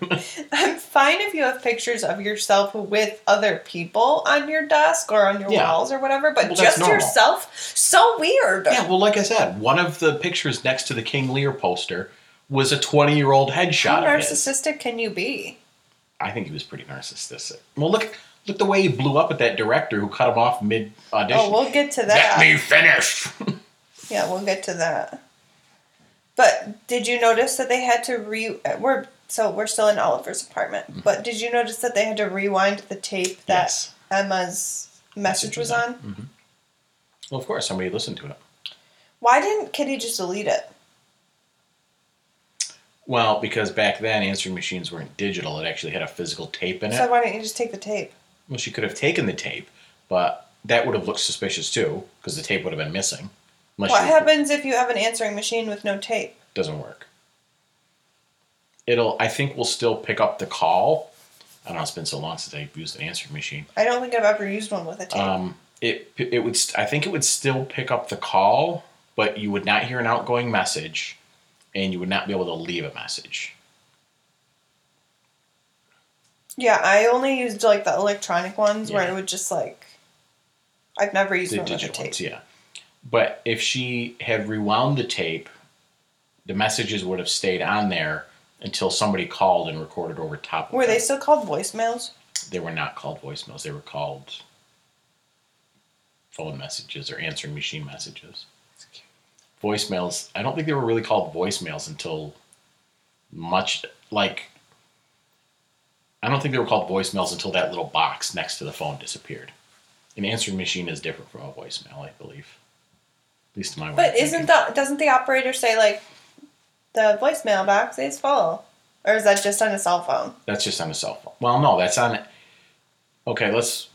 Speaker 1: I'm fine if you have pictures of yourself with other people on your desk or on your
Speaker 2: Yeah.
Speaker 1: walls or whatever, but
Speaker 2: Well, that's
Speaker 1: just
Speaker 2: normal.
Speaker 1: yourself, so weird.
Speaker 2: Yeah, well, like I said, one of the pictures next to the King Lear poster was a 20 year old
Speaker 1: How
Speaker 2: headshot of his.
Speaker 1: narcissistic can you be?
Speaker 2: I think he was pretty narcissistic. Well, look look the way he blew up at that director who cut him off mid audition.
Speaker 1: Oh, we'll get to
Speaker 2: Let
Speaker 1: that.
Speaker 2: me finish.
Speaker 1: Yeah, we'll get to that. But did you notice that they had to re? uh, We're so we're still in Oliver's apartment.
Speaker 2: Mm-hmm.
Speaker 1: But did you notice that they had to rewind the tape that
Speaker 2: Yes. Mm-hmm.
Speaker 1: Emma's message was on?
Speaker 2: Well, of course, somebody listened to it.
Speaker 1: Why didn't Kitty just delete it?
Speaker 2: Well, because back then answering machines weren't digital; it actually had a physical tape in it.
Speaker 1: So why didn't you just take the tape?
Speaker 2: well, she could have taken the tape, but that would have looked suspicious too, because the tape would have been missing. Unless
Speaker 1: What
Speaker 2: you-
Speaker 1: happens if you have an answering machine with no tape?
Speaker 2: doesn't work. It'll. I think we'll still pick up the call. I don't know. It's been so long since I used an answering machine.
Speaker 1: I don't think I've ever used one with a tape.
Speaker 2: Um, it it would. St- I think it would still pick up the call, but you would not hear an outgoing message, and you would not be able to leave a message.
Speaker 1: yeah, I only used like the electronic ones where
Speaker 2: Yeah.
Speaker 1: it would just like. I've never used
Speaker 2: The
Speaker 1: one with a
Speaker 2: digital
Speaker 1: tape.
Speaker 2: ones, yeah. But if she had rewound the tape, the messages would have stayed on there until somebody called and recorded over top. of
Speaker 1: Were they
Speaker 2: them.
Speaker 1: still called voicemails?
Speaker 2: they were not called voicemails. They were called phone messages or answering machine messages. Voicemails, I don't think they were really called voicemails until much like I don't think they were called voicemails until that little box next to the phone disappeared. An answering machine is different from a voicemail, I believe. At least in my way.
Speaker 1: But isn't that doesn't the operator say like the voicemail box is full? Or is that just on a cell phone?
Speaker 2: that's just on a cell phone. Well, no, that's on Okay, let's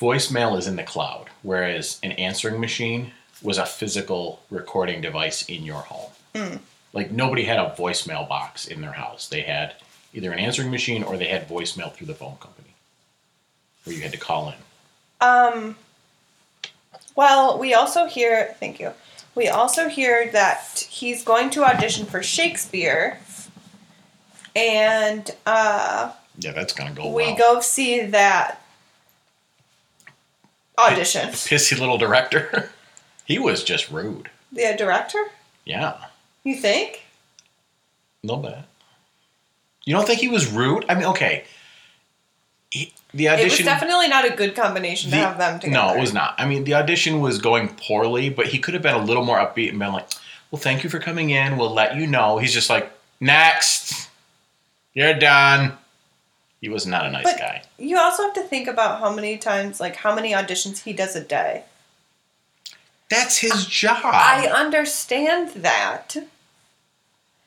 Speaker 2: voicemail is in the cloud, whereas an answering machine was a physical recording device in your home.
Speaker 1: Hmm.
Speaker 2: Like nobody had a voicemail box in their house. They had either an answering machine or they had voicemail through the phone company where you had to call in.
Speaker 1: Um well, we also hear thank you. We also hear that he's going to audition for Shakespeare and uh,
Speaker 2: Yeah, that's gonna go
Speaker 1: we
Speaker 2: well.
Speaker 1: go see that audition.
Speaker 2: Pissy little director. he was just rude.
Speaker 1: The director?
Speaker 2: Yeah.
Speaker 1: You think?
Speaker 2: little bit. You don't think he was rude? I mean, okay. He, the audition.
Speaker 1: It was definitely not a good combination to
Speaker 2: the-
Speaker 1: have them together.
Speaker 2: No, it was not. I mean, the audition was going poorly, but he could have been a little more upbeat and been like, "Well, thank you for coming in. We'll let you know." He's just like, "Next, you're done." He was not a nice
Speaker 1: But-
Speaker 2: guy.
Speaker 1: You also have to think about how many times, like how many auditions he does a day.
Speaker 2: That's his job.
Speaker 1: I understand that.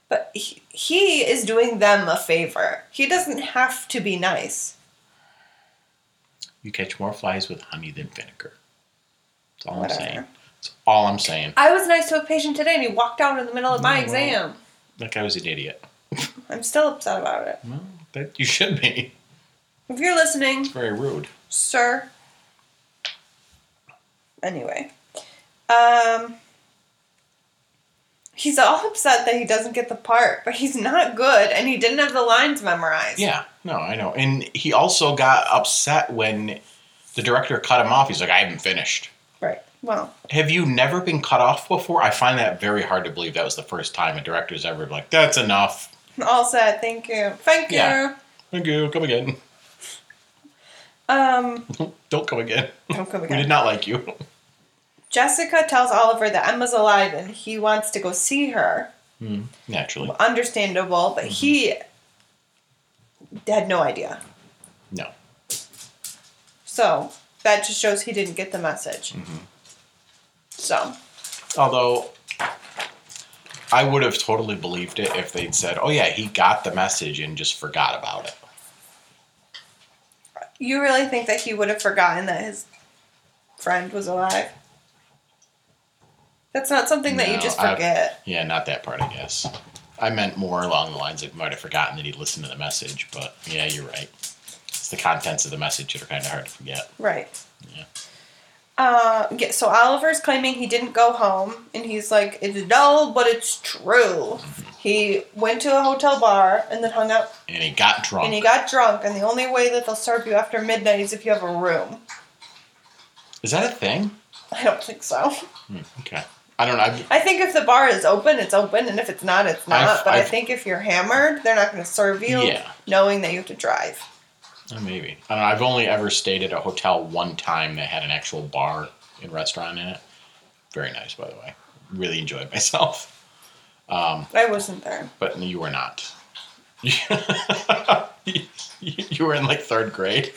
Speaker 1: But he, he is doing them a favor. He doesn't have to be nice.
Speaker 2: you catch more flies with honey than vinegar. That's all
Speaker 1: Whatever.
Speaker 2: I'm saying. That's all I'm saying.
Speaker 1: I was nice to a patient today and he walked out in the middle of my exam.
Speaker 2: That guy was an idiot.
Speaker 1: I'm still upset about it.
Speaker 2: Well, that you should be.
Speaker 1: If you're listening,
Speaker 2: Very rude.
Speaker 1: sir. Anyway, um, he's all upset that he doesn't get the part, but he's not good, and he didn't have the lines memorized.
Speaker 2: Yeah, no, I know. And he also got upset when the director cut him off. He's like, I haven't finished.
Speaker 1: Right. Well,
Speaker 2: Have you never been cut off before? I find that very hard to believe that was the first time a director's ever been like, that's enough.
Speaker 1: all set. Thank you. Thank you.
Speaker 2: Yeah. Thank you. Come again.
Speaker 1: Um,
Speaker 2: Don't come again.
Speaker 1: don't come
Speaker 2: We did
Speaker 1: again.
Speaker 2: not like you.
Speaker 1: Jessica tells Oliver that Emma's alive and he wants to go see her.
Speaker 2: Naturally.
Speaker 1: Understandable, but he had no idea.
Speaker 2: No.
Speaker 1: So that just shows he didn't get the message.
Speaker 2: Mm-hmm.
Speaker 1: So
Speaker 2: Although, I would have totally believed it if they'd said, oh, yeah, he got the message and just forgot about it.
Speaker 1: You really think that he would have forgotten that his friend was alive? That's not something that you
Speaker 2: No,
Speaker 1: just
Speaker 2: I-
Speaker 1: forget.
Speaker 2: Yeah, not that part, I guess. I meant more along the lines of might have forgotten that he listened to the message, but yeah, you're right. It's the contents of the message that are kind of hard to forget.
Speaker 1: right.
Speaker 2: Yeah.
Speaker 1: Uh, yeah, so Oliver's claiming he didn't go home, and he's like, it's dull, but it's true. He went to a hotel bar and then hung out,
Speaker 2: And he got drunk.
Speaker 1: and he got drunk, and the only way that they'll serve you after midnight is if you have a room.
Speaker 2: Is that a thing?
Speaker 1: I don't think so.
Speaker 2: Hmm, okay. I don't know. I've,
Speaker 1: I think if the bar is open, it's open, and if it's not, it's not.
Speaker 2: I've-
Speaker 1: but i
Speaker 2: I've-
Speaker 1: think if you're hammered, they're not going to serve you,
Speaker 2: Yeah.
Speaker 1: knowing that you have to drive.
Speaker 2: oh, maybe. I don't know. I've only ever stayed at a hotel one time that had an actual bar and restaurant in it. Very nice, by the way. Really enjoyed myself.
Speaker 1: I wasn't there.
Speaker 2: But you were not. you you were in like third grade.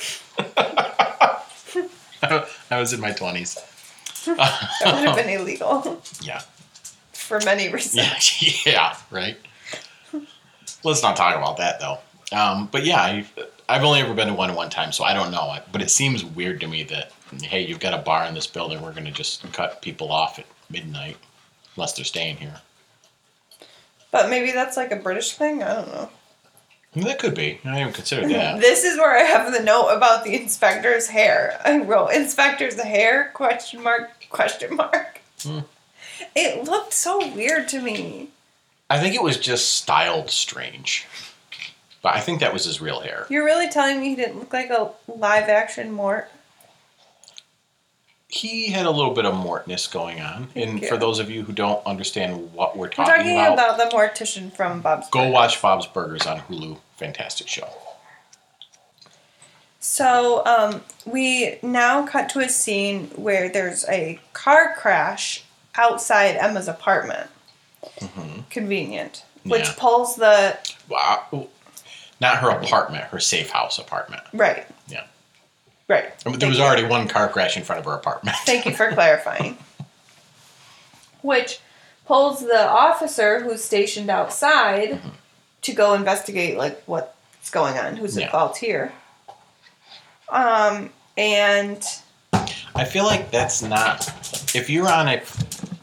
Speaker 2: I was in my 20s.
Speaker 1: That would have been illegal
Speaker 2: yeah.
Speaker 1: for many reasons.
Speaker 2: Yeah, yeah, right. Let's not talk about that though. Um, but yeah, I, I've only ever been to one one time, so I don't know. I- But it seems weird to me that hey, you've got a bar in this building, we're going to just cut people off at midnight unless they're staying here.
Speaker 1: But maybe that's like a British thing. I don't know.
Speaker 2: That could be. I haven't considered that.
Speaker 1: This is where I have the note about the inspector's hair. I wrote inspector's hair question mark question mark.
Speaker 2: Hmm.
Speaker 1: It looked so weird to me.
Speaker 2: I think it was just styled strange, but I think that was his real hair.
Speaker 1: You're really telling me he didn't look like a live action Mort?
Speaker 2: He had a little bit of Mortness going on, and
Speaker 1: you.
Speaker 2: for those of you who don't understand what we're
Speaker 1: We're
Speaker 2: talking,
Speaker 1: talking about
Speaker 2: about,
Speaker 1: the mortician from Bob's.
Speaker 2: go
Speaker 1: Burgers.
Speaker 2: watch Bob's Burgers on Hulu. Fantastic show.
Speaker 1: So um, we now cut to a scene where there's a car crash outside Emma's apartment. Convenient. Which
Speaker 2: Mm-hmm. Yeah.
Speaker 1: pulls the
Speaker 2: Wow. Not her apartment, her safe house apartment.
Speaker 1: right,
Speaker 2: Yeah.
Speaker 1: right.
Speaker 2: I mean, There was already one car crash in front of her apartment.
Speaker 1: Thank you for clarifying. Which pulls the officer who's stationed outside to go investigate like what's going on, who's
Speaker 2: Yeah.
Speaker 1: at fault here. Um, and
Speaker 2: I feel like that's not. If you're on a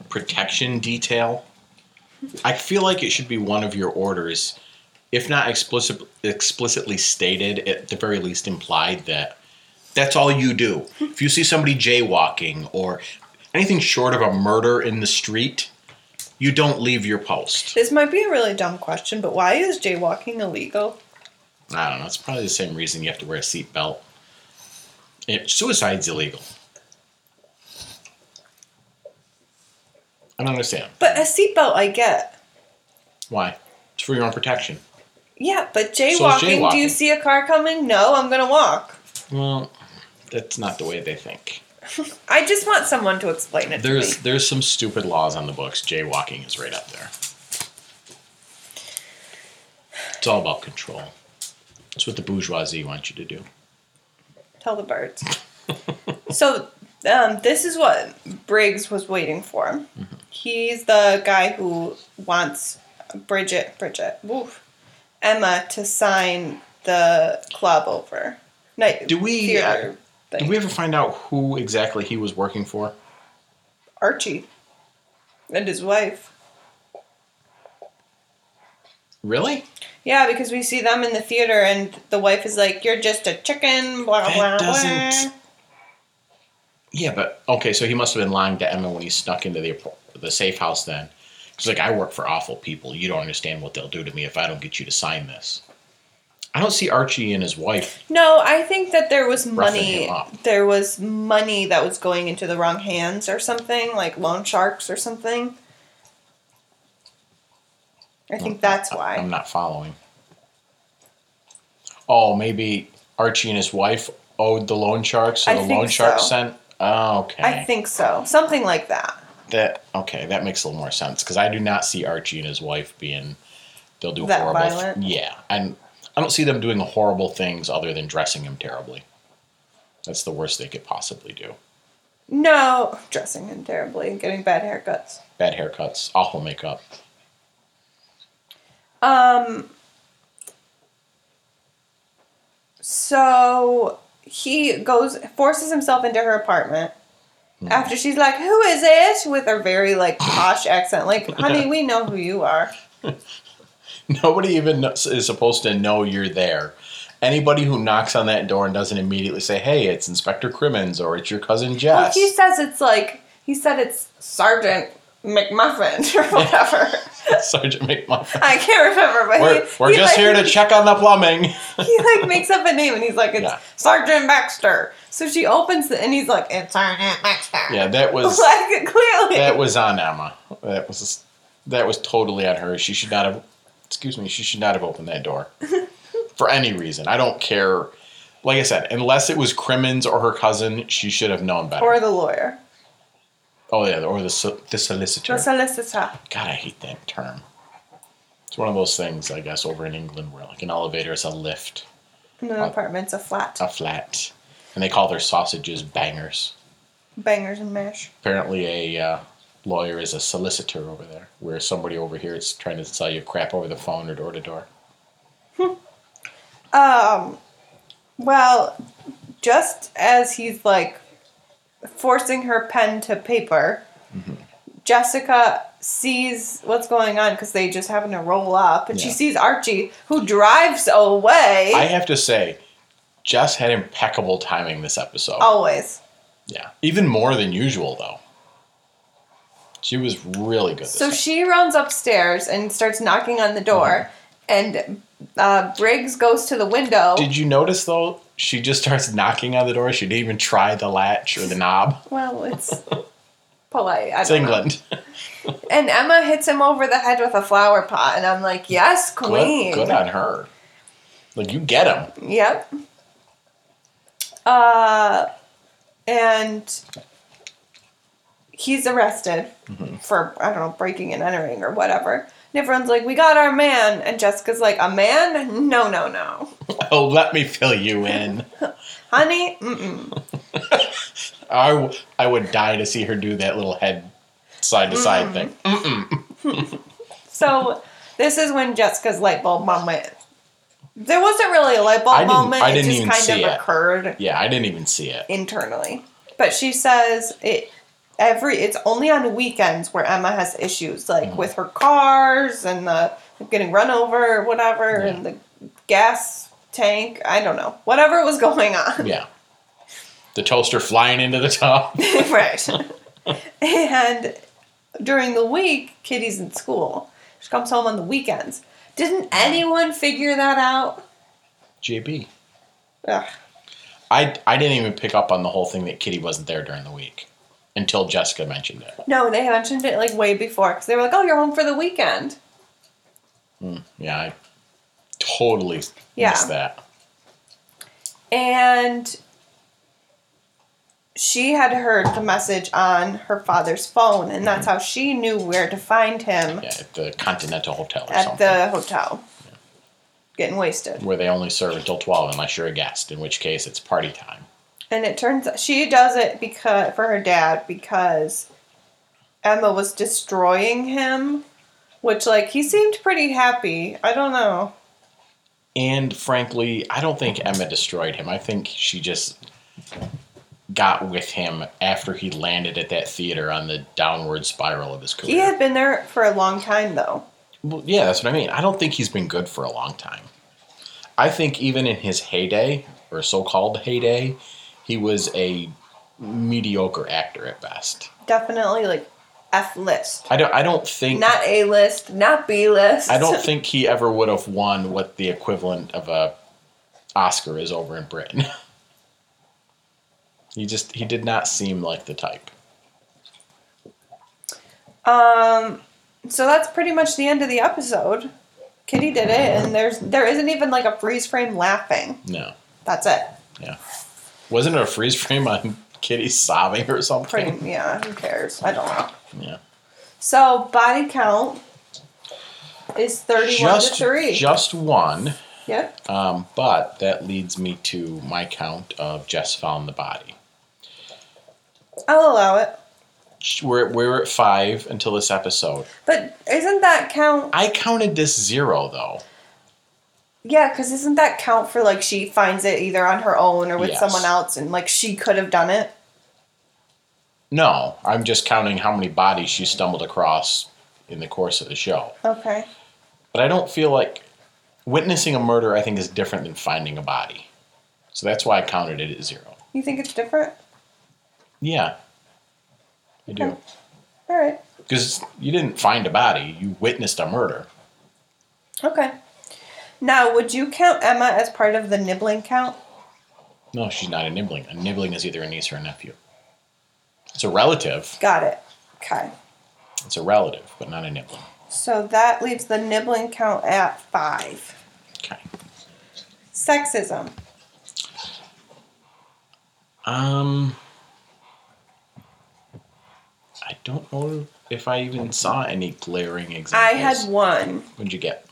Speaker 2: protection detail, I feel like it should be one of your orders, if not explicit, explicitly stated, at the very least implied that that's all you do. If you see somebody jaywalking or anything short of a murder in the street, you don't leave your post.
Speaker 1: this might be a really dumb question, but why is jaywalking illegal?
Speaker 2: I don't know. It's probably the same reason you have to wear a seatbelt. It- Suicide's illegal. I don't understand.
Speaker 1: But a seatbelt, I get.
Speaker 2: Why? It's for your own protection.
Speaker 1: Yeah, but jaywalking, Do you
Speaker 2: jaywalking.
Speaker 1: see a car coming? No, I'm gonna walk.
Speaker 2: Well, that's not the way they think.
Speaker 1: I just want someone to explain it
Speaker 2: There's
Speaker 1: to me.
Speaker 2: there's some stupid laws on the books. Jaywalking is right up there. It's all about control. It's what the bourgeoisie wants you to do.
Speaker 1: Tell the birds. so, um, this is what Briggs was waiting for. He's the guy who wants Bridget, Bridget, woof, Emma to sign the club over. Night
Speaker 2: Do we,
Speaker 1: theater thing.
Speaker 2: Did we ever find out who exactly he was working for?
Speaker 1: Archie and his wife.
Speaker 2: Really?
Speaker 1: Yeah, because we see them in the theater, and the wife is like, "You're just a chicken." Blah
Speaker 2: That
Speaker 1: blah
Speaker 2: doesn't-
Speaker 1: blah.
Speaker 2: Yeah, but okay, so he must have been lying to Emma when he snuck into the ap- the safe house. Then he's like, "I work for awful people. You don't understand what they'll do to me if I don't get you to sign this." I don't see Archie and his wife.
Speaker 1: No, I think that there was money.
Speaker 2: him up.
Speaker 1: There was money that was going into the wrong hands or something, like loan sharks or something. I think that's
Speaker 2: I'm
Speaker 1: why.
Speaker 2: not following. Oh, maybe Archie and his wife owed the loan sharks, so
Speaker 1: I
Speaker 2: the
Speaker 1: think
Speaker 2: loan sharks
Speaker 1: so.
Speaker 2: sent. Oh, okay.
Speaker 1: I think so. Something like that.
Speaker 2: that okay. That makes a little more sense because I do not see Archie and his wife being. They'll do
Speaker 1: That
Speaker 2: horrible.
Speaker 1: violent?
Speaker 2: Yeah, and I don't see them doing horrible things other than dressing him terribly. That's the worst they could possibly do.
Speaker 1: No, dressing him terribly and getting bad haircuts.
Speaker 2: Bad haircuts, awful makeup.
Speaker 1: Um. So he goes, forces himself into her apartment.
Speaker 2: Hmm.
Speaker 1: After she's like, "Who is it?" with her very like posh accent, like, "Honey, we know who you are."
Speaker 2: Nobody even knows, is supposed to know you're there. Anybody who knocks on that door and doesn't immediately say, "Hey, it's Inspector Crimmins" or "It's your cousin
Speaker 1: Well,
Speaker 2: Jess,"
Speaker 1: he says it's like he said it's Sergeant McMuffin or whatever.
Speaker 2: Sergeant McMuffin.
Speaker 1: I can't remember, but
Speaker 2: We're,
Speaker 1: he,
Speaker 2: we're
Speaker 1: he,
Speaker 2: just
Speaker 1: like-
Speaker 2: here to check on the plumbing.
Speaker 1: He like makes up a name and he's like, "It's
Speaker 2: Yeah.
Speaker 1: Sergeant Baxter." So she opens it and he's like, "It's Sergeant Baxter."
Speaker 2: yeah, that was
Speaker 1: like clearly.
Speaker 2: that was on Emma. That was that was totally on her. She should not have. Excuse me. She should not have opened that door for any reason. I don't care. Like I said, unless it was Crimmins or her cousin, she should have known better.
Speaker 1: or the lawyer.
Speaker 2: oh yeah, or the so- the solicitor.
Speaker 1: The solicitor.
Speaker 2: God, I hate that term. It's one of those things, I guess, over in England where like an elevator is a lift, Oh.
Speaker 1: In an apartment's a flat.
Speaker 2: a flat, and they call their sausages bangers.
Speaker 1: Bangers and mash.
Speaker 2: Apparently, a uh, lawyer is a solicitor over there, where somebody over here is trying to sell you crap over the phone or door to door.
Speaker 1: Um, well, just as he's like forcing her pen to paper,
Speaker 2: Mm-hmm.
Speaker 1: Jessica sees what's going on because they just happen to roll up, and she
Speaker 2: Yeah.
Speaker 1: sees Archie who drives away.
Speaker 2: I have to say, Jess had impeccable timing this episode.
Speaker 1: Oh. always.
Speaker 2: Yeah. Even more than usual, though. She was really good. This
Speaker 1: So
Speaker 2: time.
Speaker 1: she runs upstairs and starts knocking on the
Speaker 2: Uh-huh.
Speaker 1: door, and uh, Briggs goes to the window.
Speaker 2: Did you notice, though, she just starts knocking on the door? She didn't even try the latch or the knob.
Speaker 1: well, it's polite. I
Speaker 2: It's
Speaker 1: don't know.
Speaker 2: England.
Speaker 1: And Emma hits him over the head with a flower pot, and I'm like, yes, queen.
Speaker 2: Good, good on her. Like, you get him.
Speaker 1: Yep. Uh, and he's arrested
Speaker 2: Mm-hmm.
Speaker 1: for I don't know breaking and entering or whatever. And everyone's like, "We got our man," and Jessica's like, "A man? No, no, no,
Speaker 2: Oh, let me fill you in.
Speaker 1: honey." Mm-mm.
Speaker 2: I, w- I would die to see her do that little head side to
Speaker 1: Mm.
Speaker 2: side thing.
Speaker 1: So this is when Jessica's light bulb moment. There wasn't really a light bulb
Speaker 2: I didn't-
Speaker 1: moment.
Speaker 2: I didn't
Speaker 1: it just
Speaker 2: even
Speaker 1: kind
Speaker 2: see
Speaker 1: of
Speaker 2: it.
Speaker 1: occurred.
Speaker 2: Yeah, I didn't even see it.
Speaker 1: internally. But she says it every it's only on weekends where Emma has issues like with her cars and the getting run over or whatever
Speaker 2: Yeah.
Speaker 1: and the gas tank, I don't know. Whatever was going on.
Speaker 2: Yeah. The toaster flying into the top.
Speaker 1: right. and during the week, Kitty's in school. She comes home on the weekends. Didn't anyone figure that out?
Speaker 2: JB.
Speaker 1: Ugh.
Speaker 2: I, I didn't even pick up on the whole thing that Kitty wasn't there during the week until Jessica mentioned it.
Speaker 1: No, they mentioned it like way before because they were like, "Oh, you're home for the weekend."
Speaker 2: Yeah, I totally
Speaker 1: Yeah.
Speaker 2: missed that.
Speaker 1: and she had heard the message on her father's phone, and that's how she knew where to find him
Speaker 2: Yeah, at the Continental Hotel or
Speaker 1: at
Speaker 2: something.
Speaker 1: the hotel, getting wasted.
Speaker 2: where they only serve until 12 unless you're a guest, in which case it's party time.
Speaker 1: And it turns out she does it because for her dad because Emma was destroying him, which like he seemed pretty happy. I don't know.
Speaker 2: And frankly, I don't think Emma destroyed him. I think she just got with him after he landed at that theater on the downward spiral of his career.
Speaker 1: He had been there for a long time though.
Speaker 2: Well, yeah, that's what I mean. I don't think he's been good for a long time. I think even in his heyday, or so called heyday, he was a mediocre actor at best.
Speaker 1: Definitely like F list,
Speaker 2: I don't I don't think
Speaker 1: not A list, not B list.
Speaker 2: I don't think he ever would have won what the equivalent of a Oscar is over in Britain. he just he did not seem like the type.
Speaker 1: Um, so that's pretty much the end of the episode. Kitty did it, and there's there isn't even like a freeze frame laughing.
Speaker 2: No.
Speaker 1: That's it.
Speaker 2: Yeah. Wasn't it a freeze frame on Kitty sobbing or something?
Speaker 1: Pretty, yeah. Who cares? I don't know.
Speaker 2: Yeah.
Speaker 1: So body count is thirty-one
Speaker 2: Just
Speaker 1: to three.
Speaker 2: just one.
Speaker 1: yep.
Speaker 2: Um, but that leads me to my count of Jess found the body.
Speaker 1: I'll allow it.
Speaker 2: We're, we're at five until this episode.
Speaker 1: But isn't that count?
Speaker 2: I counted this zero though.
Speaker 1: Yeah, because isn't that count for like she finds it either on her own or with
Speaker 2: Yes.
Speaker 1: someone else, and like she could have done it?
Speaker 2: No, I'm just counting how many bodies she stumbled across in the course of the show.
Speaker 1: Okay.
Speaker 2: But I don't feel like witnessing a murder, I think, is different than finding a body. So that's why I counted it at zero.
Speaker 1: You think it's different?
Speaker 2: Yeah, I do.
Speaker 1: Okay. All right.
Speaker 2: Because you didn't find a body, you witnessed a murder.
Speaker 1: Okay. Now, would you count Emma as part of the nibbling count?
Speaker 2: No, she's not a nibbling. A nibbling is either a niece or a nephew. It's a relative.
Speaker 1: Got it. Okay.
Speaker 2: It's a relative, but not a nibbling.
Speaker 1: So that leaves the nibbling count at five.
Speaker 2: Okay.
Speaker 1: Sexism.
Speaker 2: Um, I don't know if I even saw any glaring examples.
Speaker 1: I had one.
Speaker 2: What'd you get?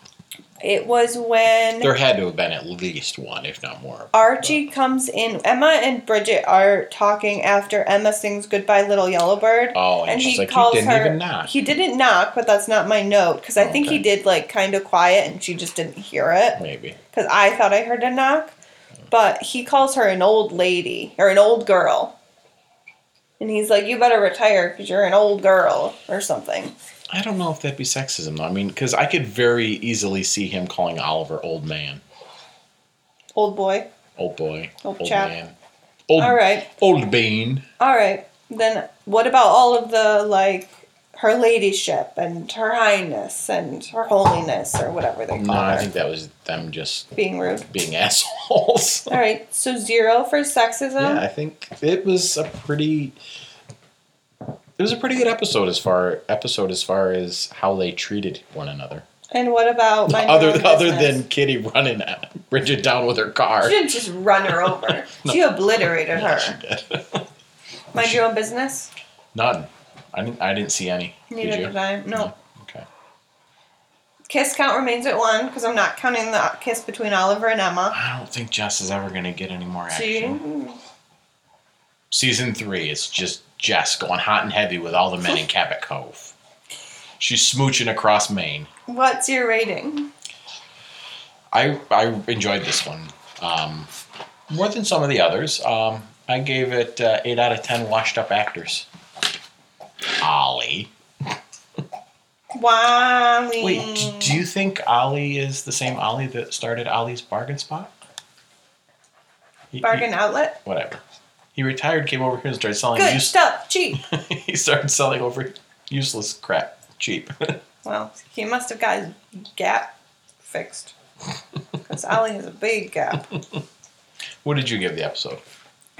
Speaker 1: It was when
Speaker 2: There had to have been at least one, if not more.
Speaker 1: Archie comes in. Emma and Bridget are talking after Emma sings "Goodbye, Little Yellow Bird."
Speaker 2: Oh, and she's like, "You didn't even knock."
Speaker 1: He didn't knock, but that's not my note because I
Speaker 2: Oh,
Speaker 1: think
Speaker 2: okay.
Speaker 1: he did like kind of quiet, and she just didn't hear it
Speaker 2: Maybe.
Speaker 1: because I thought I heard a knock. But he calls her an old lady or an old girl, and he's like, "You better retire because you're an old girl or something."
Speaker 2: I don't know if that'd be sexism, though. I mean, because I could very easily see him calling Oliver old man,
Speaker 1: Old boy.
Speaker 2: old boy,
Speaker 1: Old chap.
Speaker 2: man, old,
Speaker 1: All right.
Speaker 2: old bean.
Speaker 1: All right. Then what about all of the like her ladyship and her highness and her holiness or whatever they call
Speaker 2: No,
Speaker 1: her
Speaker 2: Uh, I think that was them just
Speaker 1: being rude?
Speaker 2: being assholes.
Speaker 1: All right. So zero for sexism.
Speaker 2: yeah, I think it was a pretty. It was a pretty good episode as far episode as far as how they treated one another.
Speaker 1: And what about my
Speaker 2: other other than Kitty running at Bridget down with her car.
Speaker 1: she didn't just run her over. She obliterated her.
Speaker 2: She did.
Speaker 1: Mind your own business.
Speaker 2: None. I didn't. I didn't see any.
Speaker 1: Neither
Speaker 2: did you? Mm-hmm.
Speaker 1: did I. No.
Speaker 2: Okay.
Speaker 1: Kiss count remains at one because I'm not counting the kiss between Oliver and Emma.
Speaker 2: I don't think Jess is ever gonna get any more
Speaker 1: So
Speaker 2: action.
Speaker 1: you,
Speaker 2: Season three, it's just Jess going hot and heavy with all the men in Cabot Cove. She's smooching across Maine.
Speaker 1: what's your rating?
Speaker 2: I I enjoyed this one um, more than some of the others. Um, I gave it uh, eight out of ten washed up actors. Ollie.
Speaker 1: Wally.
Speaker 2: Wait, d- do you think Ollie is the same Ollie that started Ollie's Bargain Spot? He- he-
Speaker 1: bargain outlet?
Speaker 2: whatever. He retired, came over here, and started selling.
Speaker 1: Good
Speaker 2: use-
Speaker 1: stuff. Cheap.
Speaker 2: he started selling over useless crap cheap.
Speaker 1: Well, he must have got his gap fixed. Because Ollie has a big gap.
Speaker 2: what did you give the episode?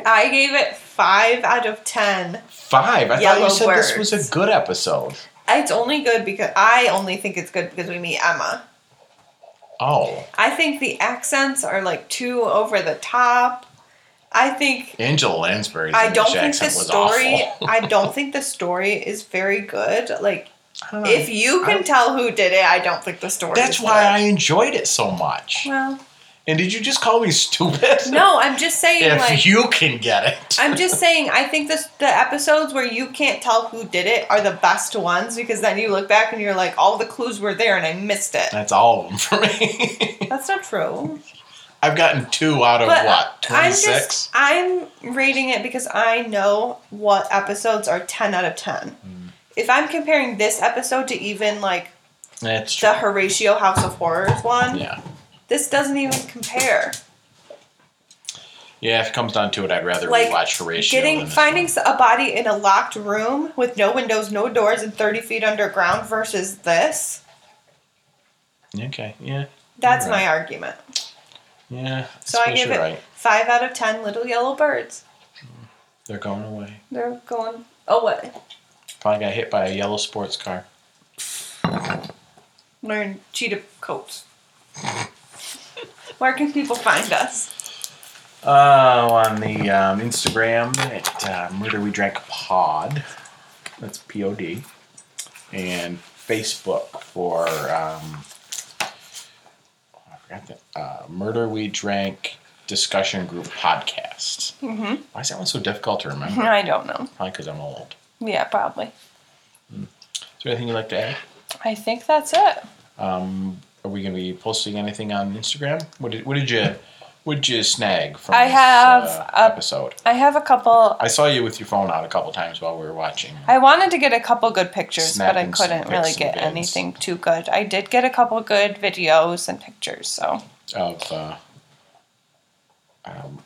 Speaker 1: I gave it 5 out of 10.
Speaker 2: Five. I thought
Speaker 1: Yellow
Speaker 2: you said this was
Speaker 1: words.
Speaker 2: a good episode.
Speaker 1: It's only good because I only think it's good because we meet Emma.
Speaker 2: Oh,
Speaker 1: I think the accents are like too over the top. I think
Speaker 2: Angela Lansbury's
Speaker 1: I
Speaker 2: English
Speaker 1: don't think the
Speaker 2: accent was awful.
Speaker 1: story I don't think the story is very good. Like
Speaker 2: I don't know.
Speaker 1: if you can
Speaker 2: I-
Speaker 1: tell who did it, I don't think the story
Speaker 2: That's
Speaker 1: is
Speaker 2: why I
Speaker 1: good.
Speaker 2: enjoyed it so much.
Speaker 1: Well,
Speaker 2: And did you just call me stupid?
Speaker 1: no, I'm just saying
Speaker 2: If
Speaker 1: like
Speaker 2: you can get it.
Speaker 1: I'm just saying, I think this, the episodes where you can't tell who did it are the best ones because then you look back and you're like, all the clues were there and I missed it.
Speaker 2: That's all of them for me.
Speaker 1: That's not true.
Speaker 2: I've gotten two out of
Speaker 1: But
Speaker 2: what?
Speaker 1: I'm
Speaker 2: 26?
Speaker 1: just, I'm rating it because I know what episodes are 10 out of 10.
Speaker 2: Mm.
Speaker 1: If I'm comparing this episode to even like
Speaker 2: That's true.
Speaker 1: the Horatio House of Horrors one,
Speaker 2: Yeah.
Speaker 1: this doesn't even compare.
Speaker 2: Yeah, if it comes down to it, I'd rather
Speaker 1: Like,
Speaker 2: rewatch Horatio.
Speaker 1: Getting
Speaker 2: than this
Speaker 1: finding
Speaker 2: one.
Speaker 1: a body in a locked room with no windows, no doors, and 30 feet underground versus this.
Speaker 2: Okay, yeah.
Speaker 1: That's
Speaker 2: You're right.
Speaker 1: my argument.
Speaker 2: Yeah.
Speaker 1: So I
Speaker 2: suppose
Speaker 1: give
Speaker 2: you're
Speaker 1: it
Speaker 2: right.
Speaker 1: five out of ten little yellow birds.
Speaker 2: They're going away.
Speaker 1: They're going oh what?
Speaker 2: Probably got hit by a yellow sports car.
Speaker 1: Learn cheetah coats. Where can people find us?
Speaker 2: Oh, on the um, Instagram at uh, Murder We Drank Pod. That's P O D. And Facebook for um, I forgot that uh, Murder We Drank Discussion Group Podcast. Mm-hmm. Why is that one so difficult to remember?
Speaker 4: I don't know.
Speaker 2: Probably because I'm old.
Speaker 4: Yeah, probably.
Speaker 2: Is there anything you'd like to add?
Speaker 4: I think that's it.
Speaker 2: Um, are we going to be posting anything on Instagram? What did, what did you what did you snag from
Speaker 4: I
Speaker 2: this
Speaker 4: have
Speaker 2: uh,
Speaker 4: a-
Speaker 2: episode?
Speaker 4: I have a couple.
Speaker 2: I saw you with your phone out a couple times while we were watching.
Speaker 4: I wanted to get a couple good pictures, but I
Speaker 2: Snapping some
Speaker 4: couldn't
Speaker 2: pics
Speaker 4: really
Speaker 2: and
Speaker 4: get
Speaker 2: vids.
Speaker 4: anything too good. I did get a couple good videos and pictures, so
Speaker 2: of uh, um,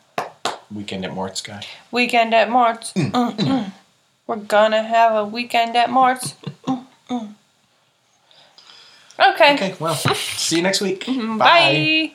Speaker 2: Weekend at Mort's guy.
Speaker 4: weekend at Mort's. Mm, mm. We're gonna have a weekend at Mort's. Mm, mm. Okay.
Speaker 1: Mm-hmm,
Speaker 2: Okay, well, see you next week.
Speaker 4: Bye.